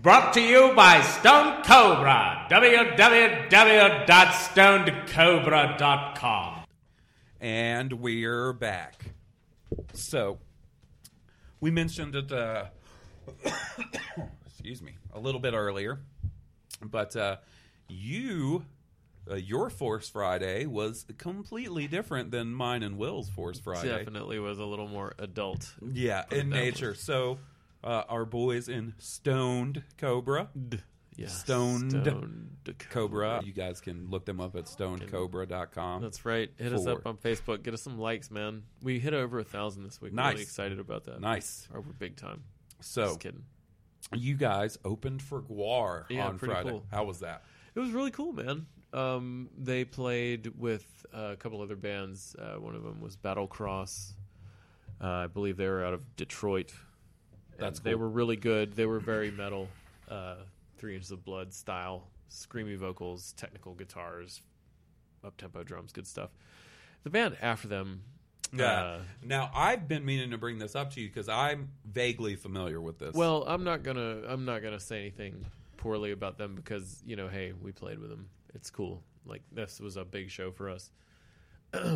I: Brought to you by Stone Cobra. www.stonedcobra.com.
D: And we're back. So, we mentioned it, uh, excuse me, a little bit earlier, but uh, you, uh, your Force Friday was completely different than mine and Will's Force Friday.
E: Definitely was a little more adult.
D: Yeah, in
E: that way.
D: nature. So, uh, our boys in Stoned Cobra.
E: Yeah.
D: Stoned Cobra.
E: Cobra.
D: You guys can look them up at stonedcobra.com.
E: That's right. Hit us up
D: Four.
E: on Facebook. Get us some likes, man. We hit over a thousand this week.
D: Nice.
E: Really excited about that.
D: nice.
E: Oh, we're big time.
D: So,
E: Just kidding.
D: you guys opened for Guar
E: Yeah,
D: on
E: pretty
D: Friday.
E: cool.
D: How was that?
E: It was really cool, man. Um, they played with uh, a couple other bands. Uh, one of them was Battle Cross. Uh, I believe they were out of Detroit. And
D: That's
E: They
D: cool.
E: were really good. They were very metal, uh, Three Inches of Blood style, screamy vocals, technical guitars, up tempo drums, good stuff. The band after them,
D: Yeah.
E: uh,
D: now I've been meaning to bring this up to you because I'm vaguely familiar with this.
E: Well, I'm not gonna I'm not gonna say anything poorly about them because you know, hey, we played with them. It's cool. Like this was a big show for us.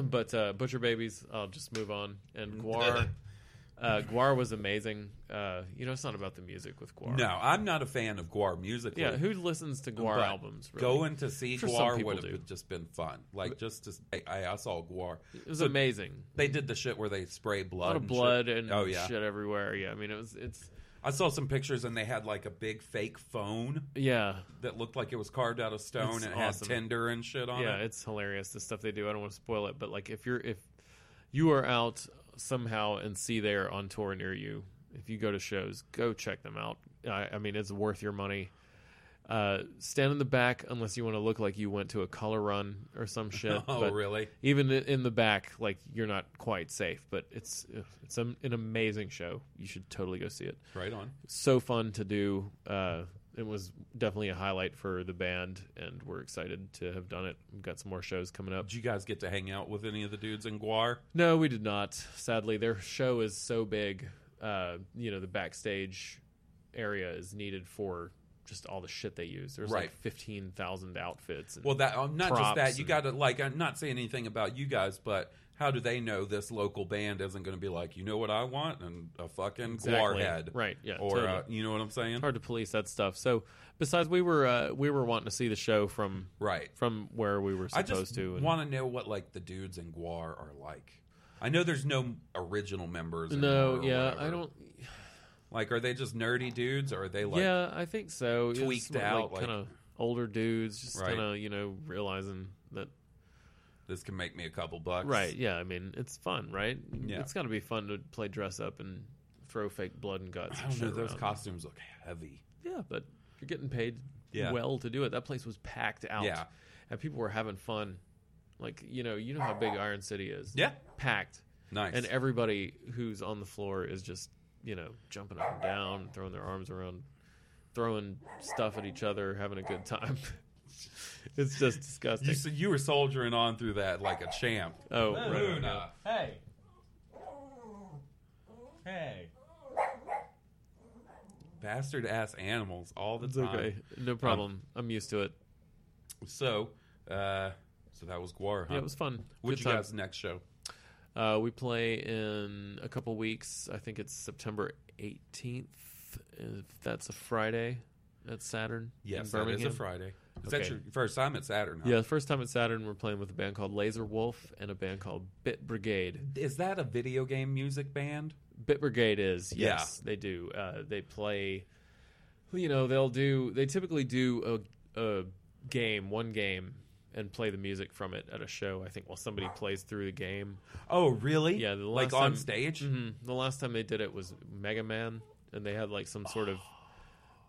E: but uh, Butcher Babies, I'll just move on. And Guar, uh, Guar was amazing. Uh, you know, it's not about the music with Guar.
D: no, I'm not a fan of Guar musically.
E: Yeah, who listens to Guar
D: But
E: albums? Really?
D: Going to see
E: Sure, some
D: Guar
E: people
D: would have
E: do.
D: just been fun. Like just to I, I saw Guar.
E: it was amazing.
D: They did the shit where they spray blood,
E: A lot of
D: and
E: blood
D: shit.
E: and
D: oh yeah.
E: shit everywhere. Yeah, I mean, it was it's
D: I saw some pictures and they had like a big fake phone
E: yeah
D: that looked like it was carved out of stone
E: It's
D: and
E: awesome.
D: had tinder and shit on
E: yeah,
D: it.
E: it's hilarious the stuff they do. I don't want to spoil it, but like if you're if you are out somehow and see they're on tour near you, if you go to shows, go check them out. I, I mean, it's worth your money. Uh, stand in the back unless you want to look like you went to a color run or some shit.
D: Oh,
E: but
D: really?
E: Even i- in the back, like you're not quite safe. But it's it's an an amazing show. You should totally go see it
D: Right on.
E: so fun to do. Uh, it was definitely a highlight for the band, and we're excited to have done it. We've got some more shows coming up.
D: Did you guys get to hang out with any of the dudes in Guar?
E: No, we did not. Sadly, their show is so big. Uh, you know, the backstage area is needed for just all the shit they use. There's
D: Right.
E: like 15,000 outfits. And
D: Well, that um, not just
E: props
D: that you
E: and-
D: got to like. I'm not saying anything about you guys, but how do they know this local band isn't going to be like, you know what I want, and a fucking guar
E: Exactly.
D: head,
E: Right, yeah,
D: or uh,
E: totally.
D: you know what I'm saying?
E: it's hard to police that stuff. So, besides, we were uh, we were wanting to see the show from
D: Right.
E: from where we were
D: I
E: supposed
D: just
E: to. and-
D: want to know what like the dudes in guar are like. I know there's no original members.
E: no,
D: anymore or
E: yeah,
D: whatever.
E: I don't.
D: like. Are they just nerdy dudes, or are they like?
E: yeah, I think so. It was
D: tweaked
E: like,
D: out, like-
E: kind of older dudes, just
D: Right.
E: kind of you know realizing that.
D: This can make me a couple bucks,
E: Right? Yeah, I mean, it's fun, right?
D: Yeah.
E: It's got to be fun to play dress up and throw fake blood and guts.
D: I
E: and
D: don't know.
E: shit
D: Those
E: around.
D: costumes look heavy.
E: Yeah, but you're getting paid
D: Yeah.
E: well to do it. That place was packed out.
D: Yeah.
E: and people were having fun. Like you know, you know how big Iron City is.
D: Yeah.
E: packed.
D: Nice.
E: And everybody who's on the floor is just, you know, jumping up and down, throwing their arms around, throwing stuff at each other, having a good time. it's just disgusting.
D: you so you were soldiering on through that like a champ.
E: oh, right. on, yeah.
D: Luna.
F: Hey. Hey.
D: bastard ass animals all the
E: It's
D: time.
E: okay.
D: Um,
E: No problem. I'm used to it.
D: So, uh, so that was Guar. Huh?
E: Yeah, it was fun.
D: um, What'd
E: Good
D: you
E: time.
D: guys next show?
E: Uh, we play in a couple weeks. I think it's September 18th. If that's a Friday. That's Saturn.
D: Yes,
E: in
D: that
E: Birmingham.
D: is a Friday. Is that
E: Okay.
D: your first time at Saturn? huh?
E: Yeah, the first time at Saturn, we're playing with a band called Laser Wolf and a band called Bit Brigade.
D: Is that a video game music band?
E: Bit Brigade is
D: Yeah.
E: yes, they do. Uh, they play, you know, they'll do. They typically do a, a game, one game, and play the music from it at a show. I think while somebody plays through the game.
D: Oh, really?
E: Yeah, the
D: like
E: last
D: on
E: time-
D: stage.
E: Mhm. The last time they did it was Mega Man, and they had like some sort of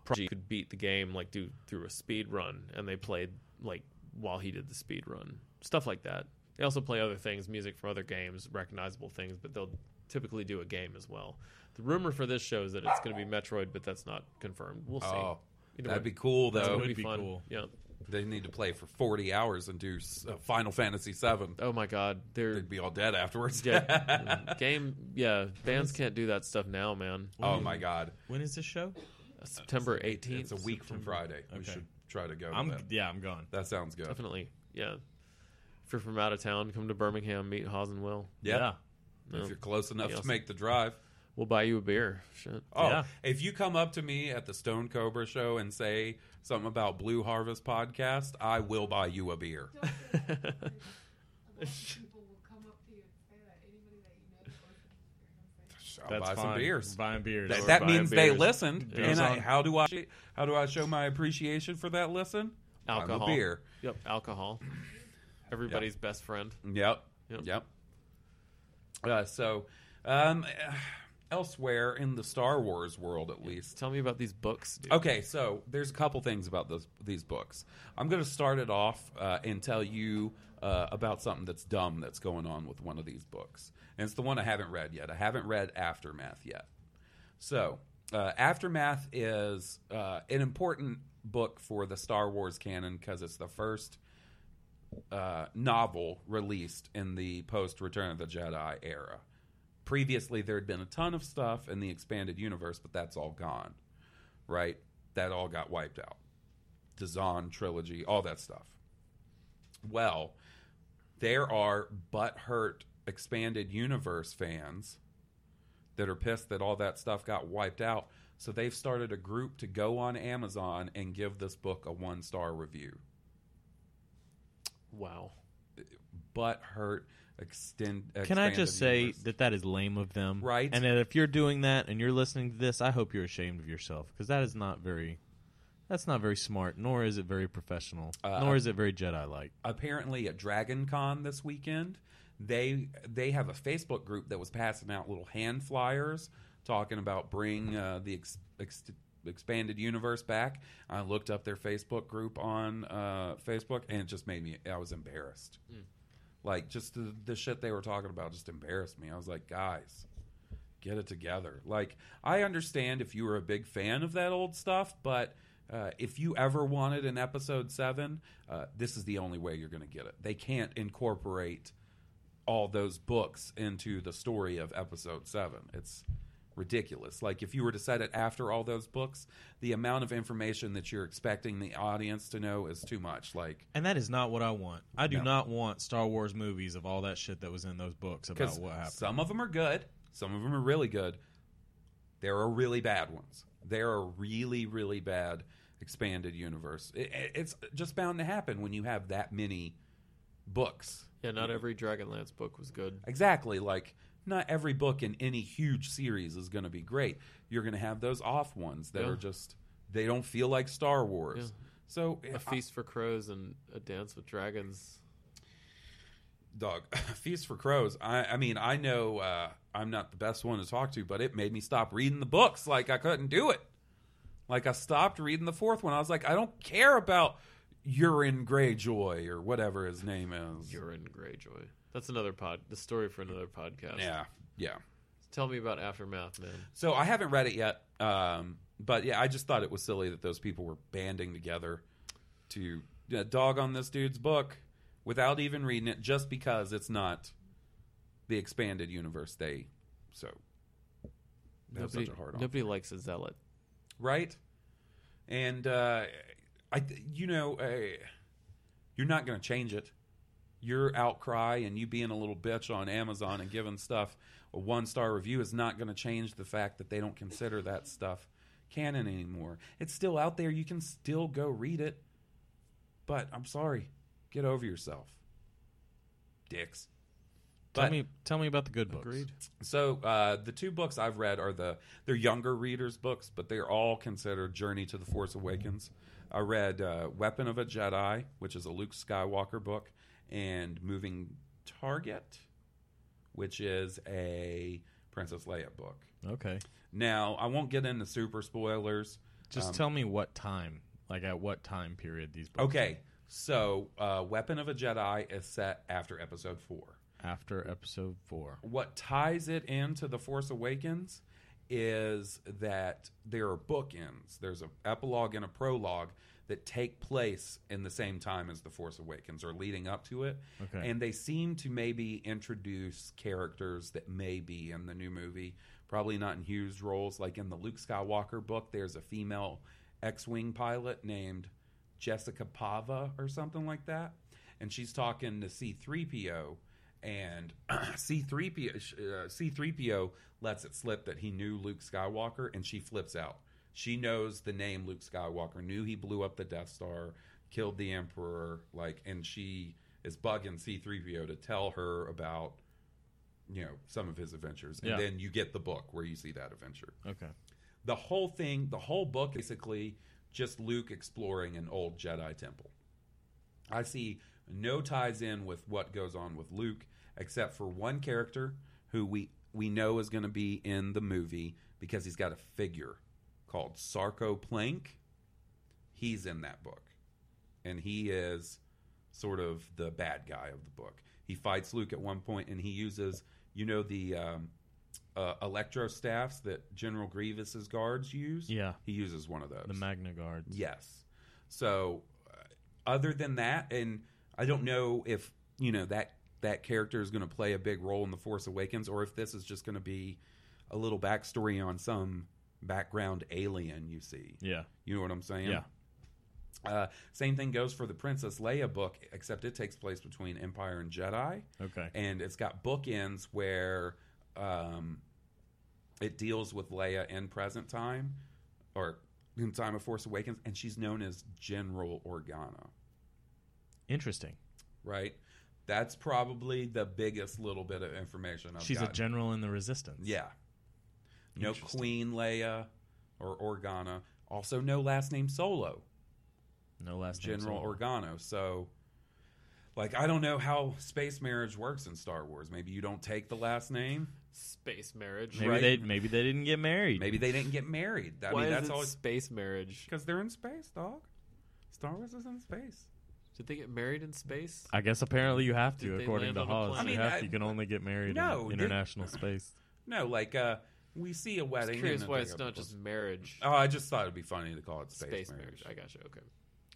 E: project you could beat the game, like do through a speed run, and they played like while he did the speed run, stuff like that. They also play other things, music from other games, recognizable things, but they'll typically do a game as well. The rumor for this show is that it's going to be Metroid, but that's not confirmed. We'll see.
D: Oh,
E: Either
D: That'd
E: way.
D: be cool,
E: That
D: though.
E: would be fun. Yeah.
D: They need to play for 40 hours and do s- uh, Final Fantasy VII.
E: Oh my God, they're
D: They'd be all dead afterwards.
E: yeah, game. Yeah, bands can't do that stuff now, man.
D: oh my god,
F: When is this show?
E: September
D: it's
E: eighteenth.
D: a week from Friday. We
F: Okay.
D: should try to go. to
F: I'm
D: that.
F: yeah, I'm gone.
D: That sounds good.
E: Definitely. Yeah. If you're from out of town, come to Birmingham, meet Haas and Will.
D: Yeah.
E: No.
D: If you're close enough to
E: awesome.
D: make the drive.
E: We'll buy you a beer. Shit.
D: Oh,
F: Yeah.
D: if you come up to me at the Stone Cobra show and say something about Blue Harvest podcast, I will buy you a beer. I'll
F: That's
D: buy some
F: fine.
D: beers.
F: Buying beers.
D: That,
F: Or
D: that
F: buying
D: means they
F: beers.
D: listened.
E: Beers
D: And I,
E: on-
D: how do I how do I show my appreciation for that listen? I'm
E: Alcohol.
D: a beer.
E: Yep. Alcohol. Everybody's best friend.
D: Yep. Yep.
E: Yep.
D: Uh, so, um, elsewhere in the Star Wars world, at least.
E: Tell me about these books, dude.
D: Okay, so there's a couple things about those, these books. I'm going to start it off uh, and tell you uh, about something that's dumb that's going on with one of these books. And it's the one I haven't read yet. I haven't read Aftermath yet. So, uh, Aftermath is uh, an important book for the Star Wars canon because it's the first uh, novel released in the post Return of the Jedi era. Previously, there had been a ton of stuff in the expanded universe, but that's all gone right? That all got wiped out. The Zahn trilogy, all that stuff. Well, there are butthurt expanded universe fans that are pissed that all that stuff got wiped out. So they've started a group to go on Amazon and give this book a one star review.
E: Wow.
D: Butthurt extend.
F: Can I
D: expanded
F: just say
D: universe.
F: that that is lame of them?
D: Right.
F: And that if you're doing that and you're listening to this, I hope you're ashamed of yourself because that is not very. That's not very smart, nor is it very professional,
D: Uh,
F: nor is it very Jedi-like.
D: apparently at Dragon Con this weekend, they they have a Facebook group that was passing out little hand flyers talking about bring uh, the ex, ex, expanded universe back. I looked up their Facebook group on uh, Facebook, and it just made me I was embarrassed. Like just the, the shit they were talking about just embarrassed me. I was like, guys, get it together. Like, I understand if you were a big fan of that old stuff, but uh, if you ever wanted an episode seven, uh, this is the only way you're going to get it. They can't incorporate all those books into the story of episode seven. It's ridiculous. Like, if you were to set it after all those books, the amount of information that you're expecting the audience to know is too much. Like,
F: And that is not what I want. I do
D: No.
F: not want Star Wars movies of all that shit that was in those books about
D: because
F: what happened.
D: some of them are good, some of them are really good. There are really bad ones. There are really, really bad expanded universe. It, it- it's just bound to happen when you have that many books.
E: Yeah, not every Dragonlance book was good.
D: Exactly. Like, not every book in any huge series is going to be great. You're going to have those off ones that
E: Yeah.
D: are just, they don't feel like Star Wars.
E: Yeah.
D: So,
E: A Feast for Crows and A Dance with Dragons.
D: dog feast for crows i i mean i know uh i'm not the best one to talk to but it made me stop reading the books like i couldn't do it like i stopped reading the fourth one i was like i don't care about urine greyjoy or whatever his name is
E: Urine Greyjoy. That's another pod. The story for another podcast.
D: yeah yeah
E: Tell me about Aftermath, man.
D: so i haven't read it yet um but yeah i just thought it was silly that those people were banding together to uh, dog on this dude's book without even reading it just because it's not the expanded universe they so that was
E: Nobody,
D: such a hard on.
E: nobody likes a zealot.
D: right? And uh, I, th- you know, uh, you're not going to change it. Your outcry and you being a little bitch on Amazon and giving stuff a one star review is not going to change the fact that they don't consider that stuff canon anymore. It's still out there. You can still go read it. But I'm sorry, get over yourself, dicks.
F: tell
D: But-
F: me, tell me about the good books.
E: Agreed.
D: so uh, the two books I've read are the they're younger readers' books, but they're all considered Journey to the Force Awakens. I read uh, Weapon of a Jedi, which is a Luke Skywalker book, and Moving Target, which is a Princess Leia book.
F: Okay,
D: Now I won't get into super spoilers.
F: just
D: Um,
F: tell me what time, like at what time period these books.
D: Okay, so uh, Weapon of a Jedi is set after Episode Four.
F: after Episode Four.
D: what ties it into the Force Awakens is that there are bookends. There's an epilogue and a prologue that take place in the same time as The Force Awakens or leading up to it.
F: Okay.
D: And they seem to maybe introduce characters that may be in the new movie, probably not in Hughes' roles. Like in the Luke Skywalker book, there's a female X Wing pilot named Jessica Pava or something like that. And she's talking to C3PO, and C3PO, sh- uh, C3PO lets it slip that he knew Luke Skywalker, and she flips out. She knows the name Luke Skywalker, knew he blew up the Death Star, killed the Emperor, like, and she is bugging C3PO to tell her about, you know, some of his adventures. And
F: Yeah.
D: then you get the book where you see that adventure
F: Okay.
D: the whole thing, the whole book, basically just Luke exploring an old Jedi temple. I see no ties in with what goes on with Luke, except for one character who we we know is going to be in the movie because he's got a figure called Sarko Plank. He's in that book, and he is sort of the bad guy of the book. He fights Luke at one point, and he uses you know the um, uh, electro staffs that General Grievous's guards use.
F: Yeah.
D: he uses one of those.
F: The Magna Guard.
D: Yes. So, uh, other than that, and I don't know if you know that that character is going to play a big role in the Force Awakens, or if this is just going to be a little backstory on some background alien you see.
F: Yeah.
D: You know what I'm saying?
F: Yeah.
D: Uh, same thing goes for the Princess Leia book, except it takes place between Empire and Jedi
F: Okay.
D: and it's got bookends where um, it deals with Leia in present time or in time of Force Awakens, and she's known as General Organa,
F: Interesting.
D: right? That's probably the biggest little bit of information I've
F: She's a
D: gotten.
F: general in the resistance.
D: Oh, yeah. No
F: Interesting.
D: Queen Leia or Organa. Also, no last name Solo.
F: No last name,
D: General
F: so-
D: Organo. So, like, I don't know how space marriage works in Star Wars. Maybe you don't take the last name.
E: Space marriage.
F: Maybe
D: right?
F: they maybe they didn't get married.
D: Maybe they didn't get married. I
E: Why
D: mean, that's
E: is it
D: always
E: space marriage?
D: because they're in space, dog. Star Wars is in space.
E: Did they get married in space?
F: I guess apparently you have
E: Did
F: to,
E: they
F: according
E: land
F: to
E: on a
F: Hawes.
E: planet?
F: you,
D: I mean,
F: have,
D: I-
F: you can only get married
D: No,
F: in
D: did-
F: international space.
D: No, like uh, we see a
E: I'm
D: wedding.
E: curious
D: and
E: why
D: they
E: it's
D: have
E: not
D: the-
E: just marriage.
D: Oh, I just thought it'd be funny to call it space,
E: space
D: marriage.
E: marriage. I gotcha. Okay.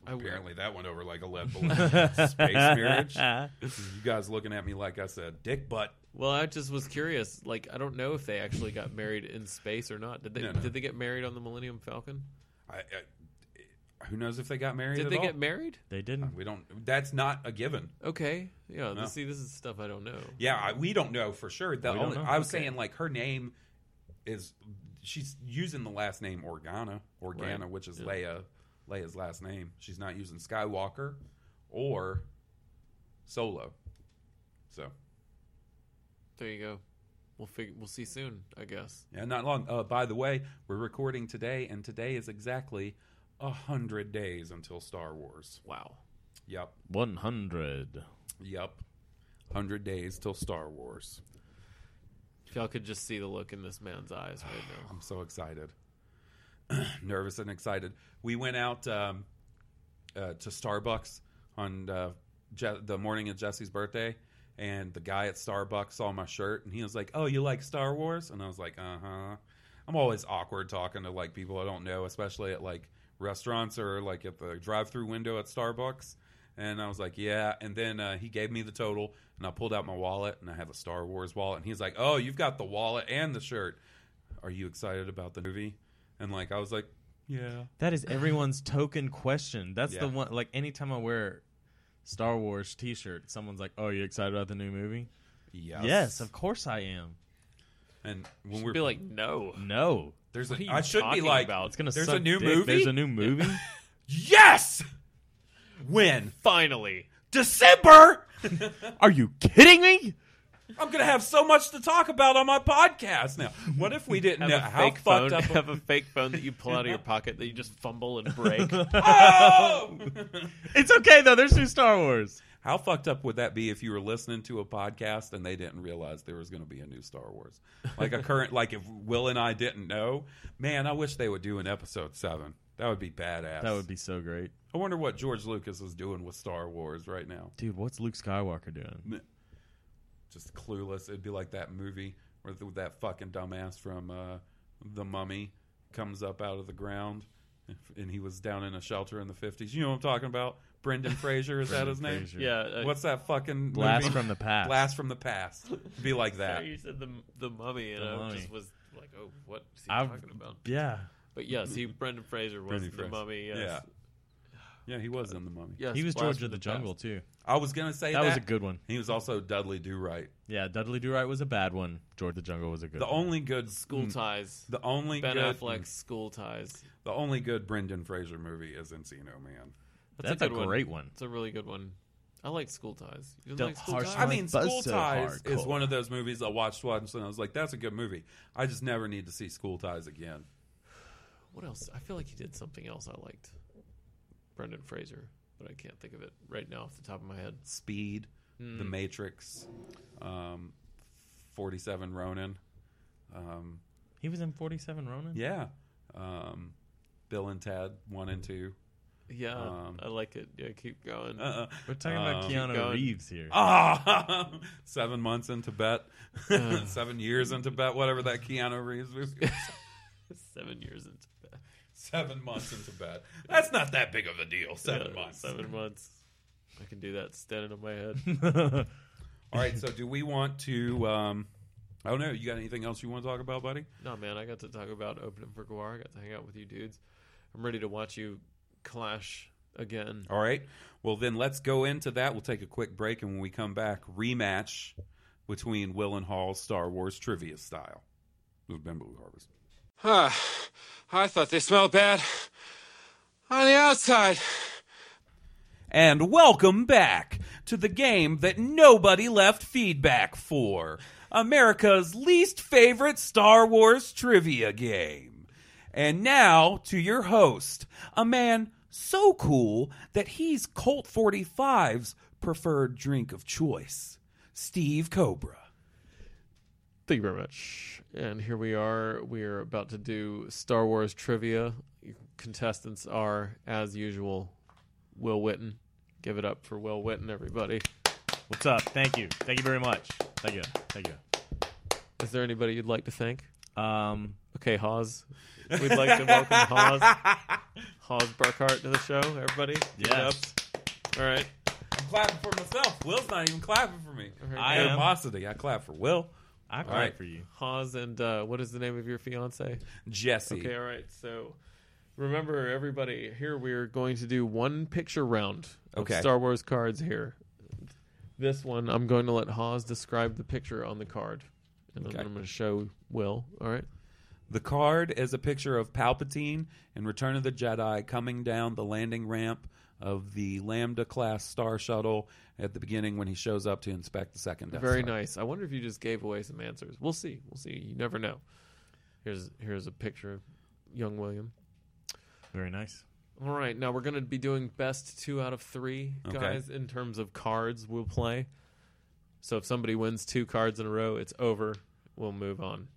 E: I will-
D: Apparently, that went over like a lead balloon. space marriage. You guys looking at me like I said dick butt.
E: Well, I just was curious. Like, I don't know if they actually got married in space or not. Did they?
D: No, no.
E: Did they get married on the Millennium Falcon?
D: I, I, who knows if they got married?
E: Did
D: at
E: they
D: all?
E: get married?
F: They didn't.
D: We don't. That's not a given.
E: Okay. Yeah.
D: No.
E: This, see, this is stuff I don't know.
D: Yeah, I, we don't know for sure. The
F: We don't
D: only,
F: know.
D: I was
E: Okay.
D: saying like her name is she's using the last name Organa, Organa,
E: Right.
D: which is
E: Yeah.
D: Leia, Leia's last name. She's not using Skywalker or Solo. So
E: There you go. We'll figure. We'll see soon. I guess.
D: yeah, not long. Uh, by the way, we're recording today, and today is exactly a hundred days until Star Wars.
E: Wow.
D: Yep,
F: One hundred.
D: yep, hundred days till Star Wars.
E: If y'all could just see the look in this man's eyes right now.
D: I'm so excited, nervous and excited. We went out um, uh, to Starbucks on uh, Je- the morning of Jesse's birthday, and the guy at Starbucks saw my shirt, and he was like, "Oh, you like Star Wars?" And I was like, "Uh huh." I'm always awkward talking to like people I don't know, especially at like restaurants or like at the drive-through window at Starbucks. And I was like, "Yeah." And then uh, he gave me the total, and I pulled out my wallet, and I have a Star Wars wallet. And he's like, "Oh, you've got the wallet and the shirt. Are you excited about the movie?" And like, I was like, "Yeah."
F: That is everyone's token question. That's
D: Yeah.
F: the one. Like anytime I wear Star Wars T-shirt, someone's like, "Oh, you excited about the new movie?"
D: Yes.
F: Yes, of course I am.
D: And when we're
E: Be like, no.
F: No,
D: there's
E: what are
D: a,
E: you
D: I should be
E: talking
D: like,
E: about?
F: it's gonna.
D: There's
F: suck
D: a new
F: dick.
D: movie?
F: There's a new movie.
D: yes. When
E: Finally.
D: December,
F: Are you kidding me?
D: I'm gonna have so much to talk about on my podcast now. What if we didn't
E: Have
D: know
E: a
D: how
E: fake
D: fucked
E: phone.
D: up?
E: Have a fake phone that you pull out of your pocket that you just fumble and break.
D: Oh!
F: It's okay though. There's new Star Wars.
D: How fucked up would that be if you were listening to a podcast and they didn't realize there was going to be a new Star Wars? Like a current, like if Will and I didn't know, man, I wish they would do an episode seven. That would be badass.
F: That would be so great,
D: I wonder what George Lucas is doing with Star Wars right now.
F: dude. What's Luke Skywalker doing?
D: Just clueless. It'd be like that movie with that fucking dumbass from uh, the mummy comes up out of the ground, and he was down in a shelter in the fifties. You know what I'm talking about? Brendan Fraser is that
F: Brendan
D: his name?
F: Fraser. Yeah, uh,
D: What's that fucking
F: Blast
D: movie?
F: from the Past.
D: Blast from the past. Be like that.
E: You said the the mummy, and
F: The
E: I
F: Mummy.
E: just was like, oh, what is he
F: I've-
E: talking about?
F: yeah.
E: But yes, he Brendan Fraser was
D: Brendan
E: the
D: Fraser.
E: mummy. Yes.
D: Yeah. Yeah, he was in the mummy.
E: Yes,
F: He was
E: Blast
F: George
E: from
F: of the Jungle
E: Past.
F: too.
D: I was gonna say that,
F: That was a good one.
D: He was also Dudley Do Right.
F: Yeah, Dudley Do Right was a bad one. George the Jungle was a good.
D: The
F: one.
D: only good
F: Mm.
E: School Ties.
D: the only
E: ben
D: good,
E: Affleck's School Ties.
D: the only good Brendan Fraser movie is Encino Man.
F: That's,
E: a
F: a,
E: good one.
F: great one.
E: It's a really good one. I like School Ties. You
F: The
E: don't like School
F: harsh
E: Ties?
D: I mean,
F: Buzz
D: School
F: so
D: Ties
F: hardcore.
D: is one of those movies I watched once and I was like, "That's a good movie." I just never need to see School Ties again.
E: what else? I feel like he did something else I liked. Brendan Fraser, but I can't think of it right now off the top of my head.
D: Speed,
E: Hmm.
D: The Matrix, um, Forty Seven Ronin. Um,
F: He was in Forty Seven Ronin.
D: yeah, um, Bill and Ted One and Two.
E: Yeah,
D: Um,
E: I like it. Yeah, keep going.
D: Uh,
F: We're talking about
D: Um,
F: Keanu
E: Keep going.
F: Reeves here.
D: Ah, seven months in Tibet,
E: Hmm.
D: seven years in Tibet, whatever that Keanu Reeves movie. was.
E: Seven years into that.
D: seven months in Tibet. That's not that big of a deal. Seven
E: Yeah,
D: months.
E: Seven months. I can do that standing on my head.
D: All right. So, do we want to? Um, I don't know. You got anything else you want to talk about, buddy?
E: no, man, I got to talk about opening for Guar. I got to hang out with you dudes. I'm ready to watch you clash again.
D: All right. Well, then let's go into that. We'll take a quick break, and when we come back, rematch between Will and Hall, Star Wars trivia style. With Ben Blue Harvest.
B: I thought they smelled bad on the outside.
D: And welcome back to the game that nobody left feedback for America's least favorite Star Wars trivia game. And now to your host, a man so cool that he's Colt 45's preferred drink of choice, Steve Cobra.
E: Thank you very much. And here we are. We are about to do Star Wars trivia. Your contestants are, as usual, Will Witten. Give it up for Will Witten, everybody.
F: What's up? Thank you. Thank you very much. Thank you. Thank you.
E: Is there anybody you'd like to thank?
F: Um,
E: Okay, Hawes. We'd like to welcome Hawes. Hawes Burkhart to the show, everybody. Give it
F: Yes.
E: up. All right.
D: I'm clapping for myself. Will's not even clapping for me.
E: I
F: am.
D: Animosity. I clap for Will.
F: I cried
D: right.
F: for you.
E: Hawes and uh, what is the name of your fiance?
D: Jesse.
E: Okay, all right. So remember, everybody, here we're going to do one picture round of
D: Okay.
E: Star Wars cards here. This one, I'm going to let Hawes describe the picture on the card. And
D: Okay.
E: then I'm going to show Will. All right.
D: The card is a picture of Palpatine in Return of the Jedi coming down the landing ramp of the Lambda class star shuttle at the beginning when he shows up to inspect the second Death
E: Very
D: Star.
E: nice. I wonder if you just gave away some answers. We'll see. We'll see. You never know. Here's here's a picture of young William.
F: Very nice.
E: All right, now we're going to be doing best two out of three,
D: Okay.
E: guys, in terms of cards we'll play. So if somebody wins two cards in a row, it's over. We'll move on.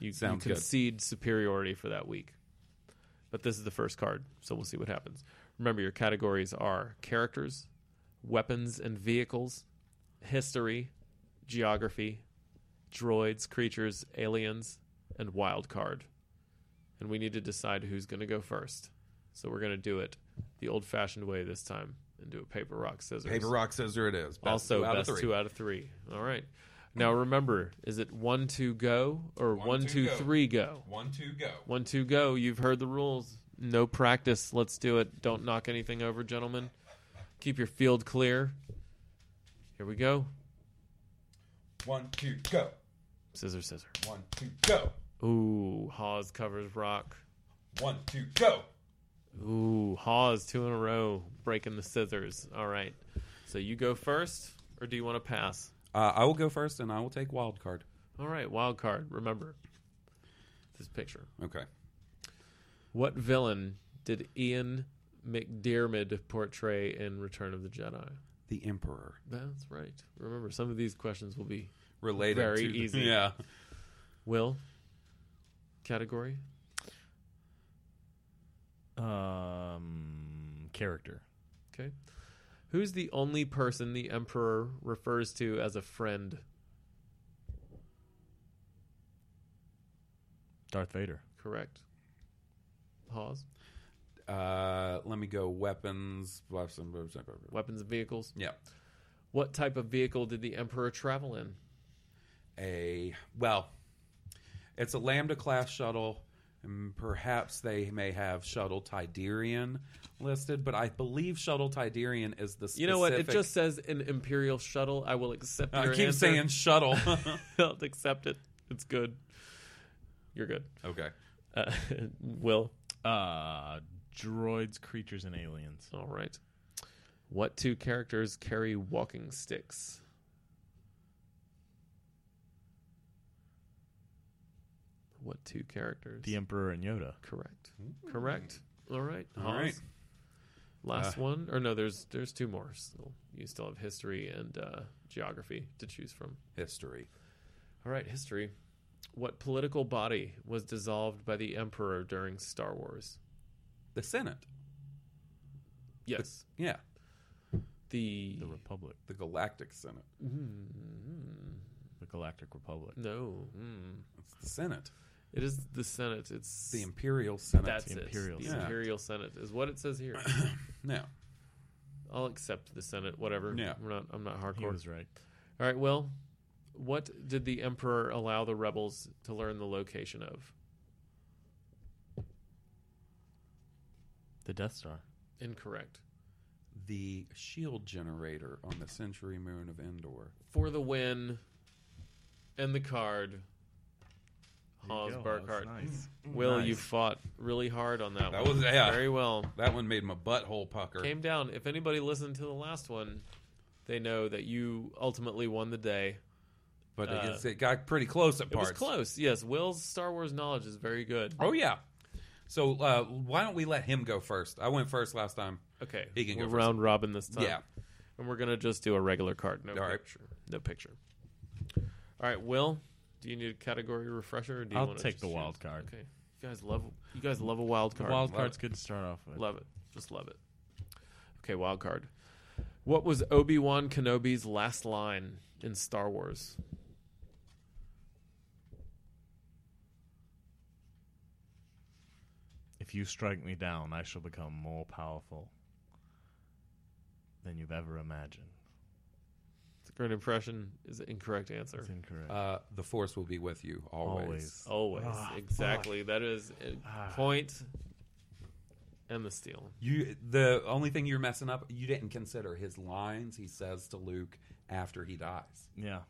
E: You, you
D: Sounds good.
E: concede superiority for that week. But this is the first card, so we'll see what happens. Remember, your categories are characters, weapons and vehicles, history, geography, droids, creatures, aliens, and wild card. And we need to decide who's going to go first. So we're going to do it the old fashioned way this time and do a paper, rock, scissors.
D: Paper, rock, scissor it is. Best
E: also,
D: two out
E: best
D: of three.
E: two out of three. All right. Now remember, is it one, two, go or
D: One,
E: one,
D: two,
E: two,
D: go.
E: three, go?
D: One, two, go.
E: One, two, go. You've heard the rules. No practice. Let's do it. Don't knock anything over, gentlemen. Keep your field clear. Here we go.
D: One, two, go.
E: Scissor, scissor.
D: One, two, go.
E: Ooh, Hawes covers rock.
D: One, two, go.
E: Ooh, Hawes two in a row, breaking the scissors. All right. So you go first, or do you want to pass?
D: Uh, I will go first, and I will take wild card.
E: All right, wild card. Remember this picture.
D: Okay.
E: What villain did Ian McDiarmid portray in Return of the Jedi?
D: The Emperor.
E: That's right. Remember, some of these questions will be
D: Related
E: Very
D: to the-
E: easy.
D: yeah.
E: Will category.
F: Um, character.
E: Okay. Who's the only person the Emperor refers to as a friend?
F: Darth Vader.
E: Correct. Pause.
D: Uh, let me go weapons.
E: Weapons and vehicles.
D: Yeah.
E: What type of vehicle did the Emperor travel in?
D: A well, it's a Lambda class shuttle, and perhaps they may have Shuttle Tiderian listed, but I believe Shuttle Tiderian is the specific,
E: You know what? It just says an Imperial shuttle. I will accept
D: I
E: your
D: keep
E: answer.
D: saying shuttle.
E: I'll accept it. It's good. You're good.
D: okay.
E: Uh, will.
F: Uh, droids, creatures, and aliens.
E: All right. What two characters carry walking sticks? What two characters?
F: The Emperor and Yoda.
E: Correct. Correct. All right.
D: All right.
E: Hans. Last one, or no? There's there's two more. So you still have history and uh, geography to choose from.
D: History.
E: All right, history. What political body was dissolved by the Emperor during Star Wars?
D: The Senate.
E: Yes,
D: Yeah.
E: the,
F: The Republic.
D: The Galactic Senate.
F: The Galactic Republic.
E: no. Mm.
D: It's the Senate.
E: It is the Senate. It's
D: The Imperial Senate.
E: That's
F: The
E: it.
F: Imperial
E: the
D: Senate.
E: Imperial Senate is what it says here.
D: no.
E: I'll accept the Senate. Whatever.
D: Yeah.
E: We're not. I'm not
F: He
E: hardcore.
F: was right.
E: All right. Well, what did the Emperor allow the rebels to learn the location of?
F: The Death Star.
E: Incorrect.
D: The shield generator on the Century Moon of Endor.
E: For the win, and the card. Hans
F: Yo, that was
E: Burkhardt.
F: Nice.
E: Will,
F: Nice.
E: you fought really hard on that,
D: That
E: one.
D: was- yeah.
E: Very well.
D: That one made my butthole pucker.
E: Came down. If anybody listened to the last one, they know that you ultimately won the day.
D: but
E: uh,
D: it's- it got pretty close at
E: It was
D: parts.
E: close. Yes, Will's Star Wars knowledge is very good.
D: Oh, yeah. So uh, why don't we let him go first? I went first last time.
E: Okay.
D: He can go
E: we're
D: first.
E: round robin this time.
D: Yeah.
E: And we're going to just do a regular card. No
D: All right.
E: picture. No picture. All right, Will, do you need a category refresher or do you
F: I'll
E: wanna
F: take
E: just
F: the
E: choose?
F: wild card.
E: Okay. You guys love you guys love a wild card.
F: Wild
E: Love
F: card's
E: it.
F: good to start off with.
E: Love it. Just love it. Okay, wild card. What was Obi-Wan Kenobi's last line in Star Wars?
F: If you strike me down, I shall become more powerful than you've ever imagined.
E: It's a great impression is the incorrect answer.
F: That's incorrect.
D: Uh, the Force will be with you always.
F: Always.
E: Always.
F: Ah, fuck. Ah.
E: exactly. That is a point and the steal.
D: You the only thing you're messing up. You didn't consider his lines he says to Luke after he dies.
F: Yeah.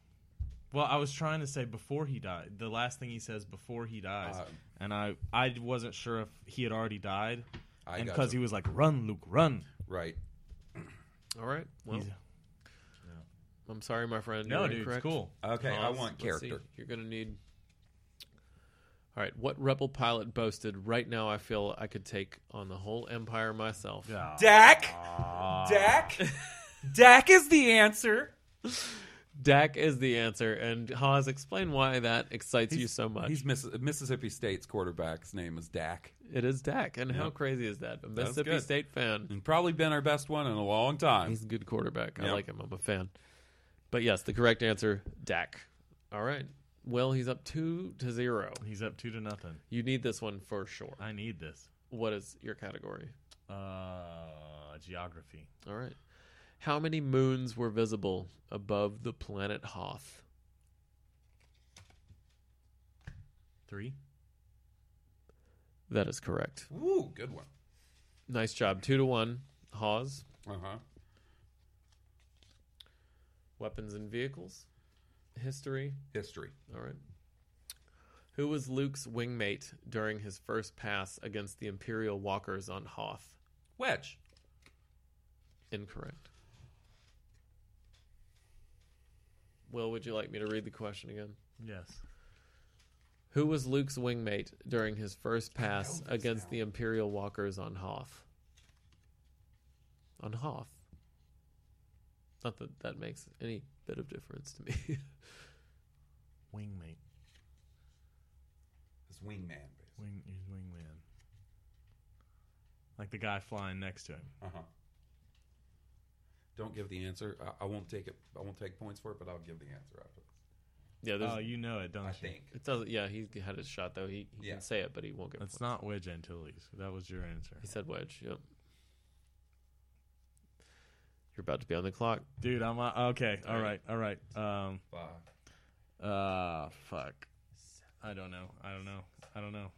F: Well, I was trying to say before he died, the last thing he says before he dies,
D: Uh,
F: and I I wasn't sure if he had already died,
D: I
F: and
D: got
F: because
D: you.
F: he was like, "Run, Luke, run!"
D: Right.
E: All right. Well,
F: He's-
E: I'm sorry, my friend.
F: no,
E: You're
F: dude, it's
E: incorrect.
F: cool.
D: Okay, I
E: Pause.
D: want
E: Let's
D: character.
E: see. You're going to need. All right. What rebel pilot boasted, right now I feel I could take on the whole empire myself?
D: Dak.
E: Ah.
D: Dak. Dak is the answer.
E: Dak is the answer. And Haas, explain why that excites you so much.
D: He's Miss- Mississippi State's quarterback's name is Dak,
E: It is Dak. And how crazy is that? A Mississippi
D: good.
E: State
F: Mm-hmm.
E: fan.
D: and probably been our best one in a long time.
E: He's a good quarterback. I
D: Yeah.
E: like him. I'm a fan. But yes, the correct answer, Dak. All right. Well, he's up two to zero.
F: He's up two to nothing.
E: You need this one for sure.
F: I need this.
E: What is your category?
F: Uh, geography.
E: All right. How many moons were visible above the planet Hoth?
F: Three.
E: That is correct.
D: Ooh, good one.
E: Nice job. Two to one. Hawes.
D: Uh huh.
E: Weapons and vehicles. History.
D: History.
E: All right. Who was Luke's wingmate during his first pass against the Imperial walkers on Hoth?
D: Wedge.
E: Incorrect. Will, would you like me to read the question again?
F: Yes.
E: Who was Luke's wingmate during his first pass against the Imperial walkers on Hoth? On Hoth. Not that that makes any bit of difference to me.
F: Wingmate.
D: His wingman.
F: Wing. He's wingman. Like the guy flying next to him.
D: Uh huh. Don't give the answer. I, I won't take it. I won't take points for it, but I'll give the answer after.
E: Yeah, there's-
F: Oh, you know it, don't
E: I
F: you?
E: think. It doesn't. Yeah, he had his shot though. He, he
F: Yeah.
E: can say it, but he won't get.
F: It's not Wedge Antilles. That was your answer. He
E: said Wedge. Yep. You're about to be on the clock,
F: dude. I'm uh, okay. All right. All right. Um,
D: fuck.
F: Uh, fuck. I don't know. I don't know. I don't know.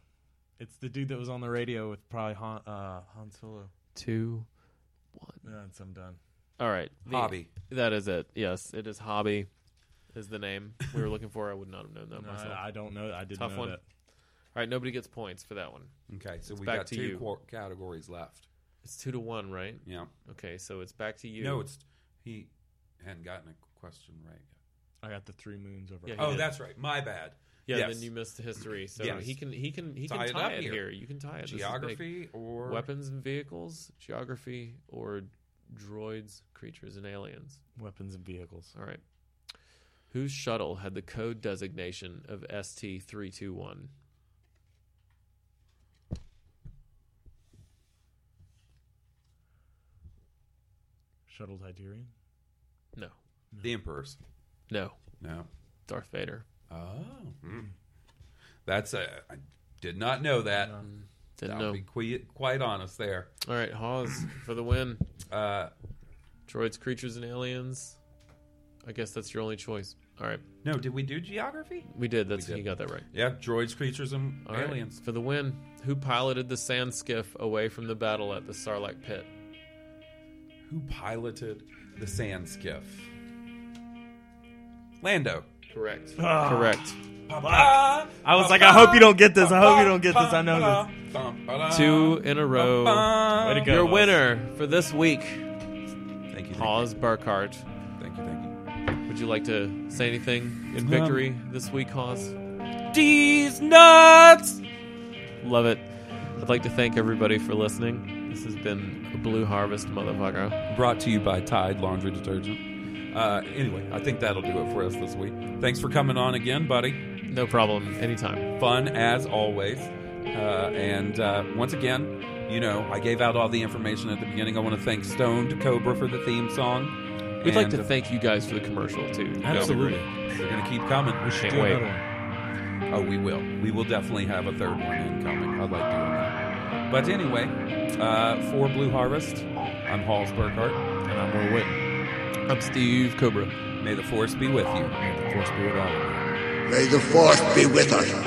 F: It's the dude that was on the radio with probably Han, uh, Han Solo.
E: Two.
F: That's I'm done.
E: All right. The-
F: Hobby.
E: That is it. Yes, it is Hobby is the name we were looking for. I would not have known that
F: No,
E: myself.
F: I- I don't know- I didn't
E: Tough
F: know
E: one.
F: that.
E: All right, nobody gets points for that one.
D: Okay, so
E: It's
D: we
E: back
D: got
E: to
D: two
E: you.
D: quar- categories left.
E: It's two to one, right?
D: Yeah.
E: Okay, so it's back to you.
D: No, it's he hadn't gotten a question right.
F: I got the three moons over.
E: Yeah, he
D: oh,
E: did.
D: that's right. My bad.
E: Yeah,
D: Yes.
E: then you missed the history. So
D: Yes.
E: he can he can he can tie,
D: up
E: it, here. You can tie it. This is big.
D: Geography or
E: weapons and vehicles, geography or droids, creatures and aliens.
F: Weapons and vehicles.
E: All right. Whose shuttle had the code designation of ST three two one?
F: Shuttle Hyperion.
E: No.
D: The Emperor's.
E: No.
D: No.
E: Darth Vader.
D: Oh. Mm. That's a. I did not know that.
E: Didn't
D: I'll
E: know.
D: be quite, quite honest there.
E: All right, Hawes for the win.
D: Uh,
E: Droids, creatures, and aliens. I guess that's your only choice. All right.
D: No, did we do geography?
E: We did. That's you got that right.
D: Yeah, droids, creatures, and
E: All right,
D: aliens.
E: for the win. Who piloted the sand skiff away from the battle at the Sarlacc pit?
D: Who piloted the sand skiff? Lando.
E: Correct.
F: Ah.
E: Correct.
D: Papa,
E: Oh,
F: I was like, I hope you don't get this. I hope you don't get this. I know
D: this.
E: Two in a row.
D: Way to go,
E: Your
D: Hawes.
E: winner for this week.
D: Thank you.
E: Hawes Burkhardt.
D: Thank you. Thank
E: you. Would you like to say anything in victory this week, Hawes?
D: Um, These nuts.
E: Love it. I'd like to thank everybody for listening. This has been a Blue Harvest, motherfucker.
D: Brought to you by Tide Laundry Detergent. Uh, anyway, I think that'll do it for us this week. Thanks for coming on again, buddy.
E: No problem. Anytime.
D: Fun as always. Uh, and uh, once again, you know, I gave out all the information at the beginning. I want to thank Stoned Cobra for the theme song.
E: We'd like to
D: And- uh,
E: thank you guys for the commercial too.
D: Absolutely. They're going to keep coming. We
E: should do another
D: Oh, we will. We will definitely have a third one incoming. I'd like to. do it. But anyway, uh, for Blue Harvest, I'm Halls Burkhart. And I'm Will Whitten.
E: I'm Steve Cobra.
D: May the force be with you. May the force be with all of you.
A: May the force be with us.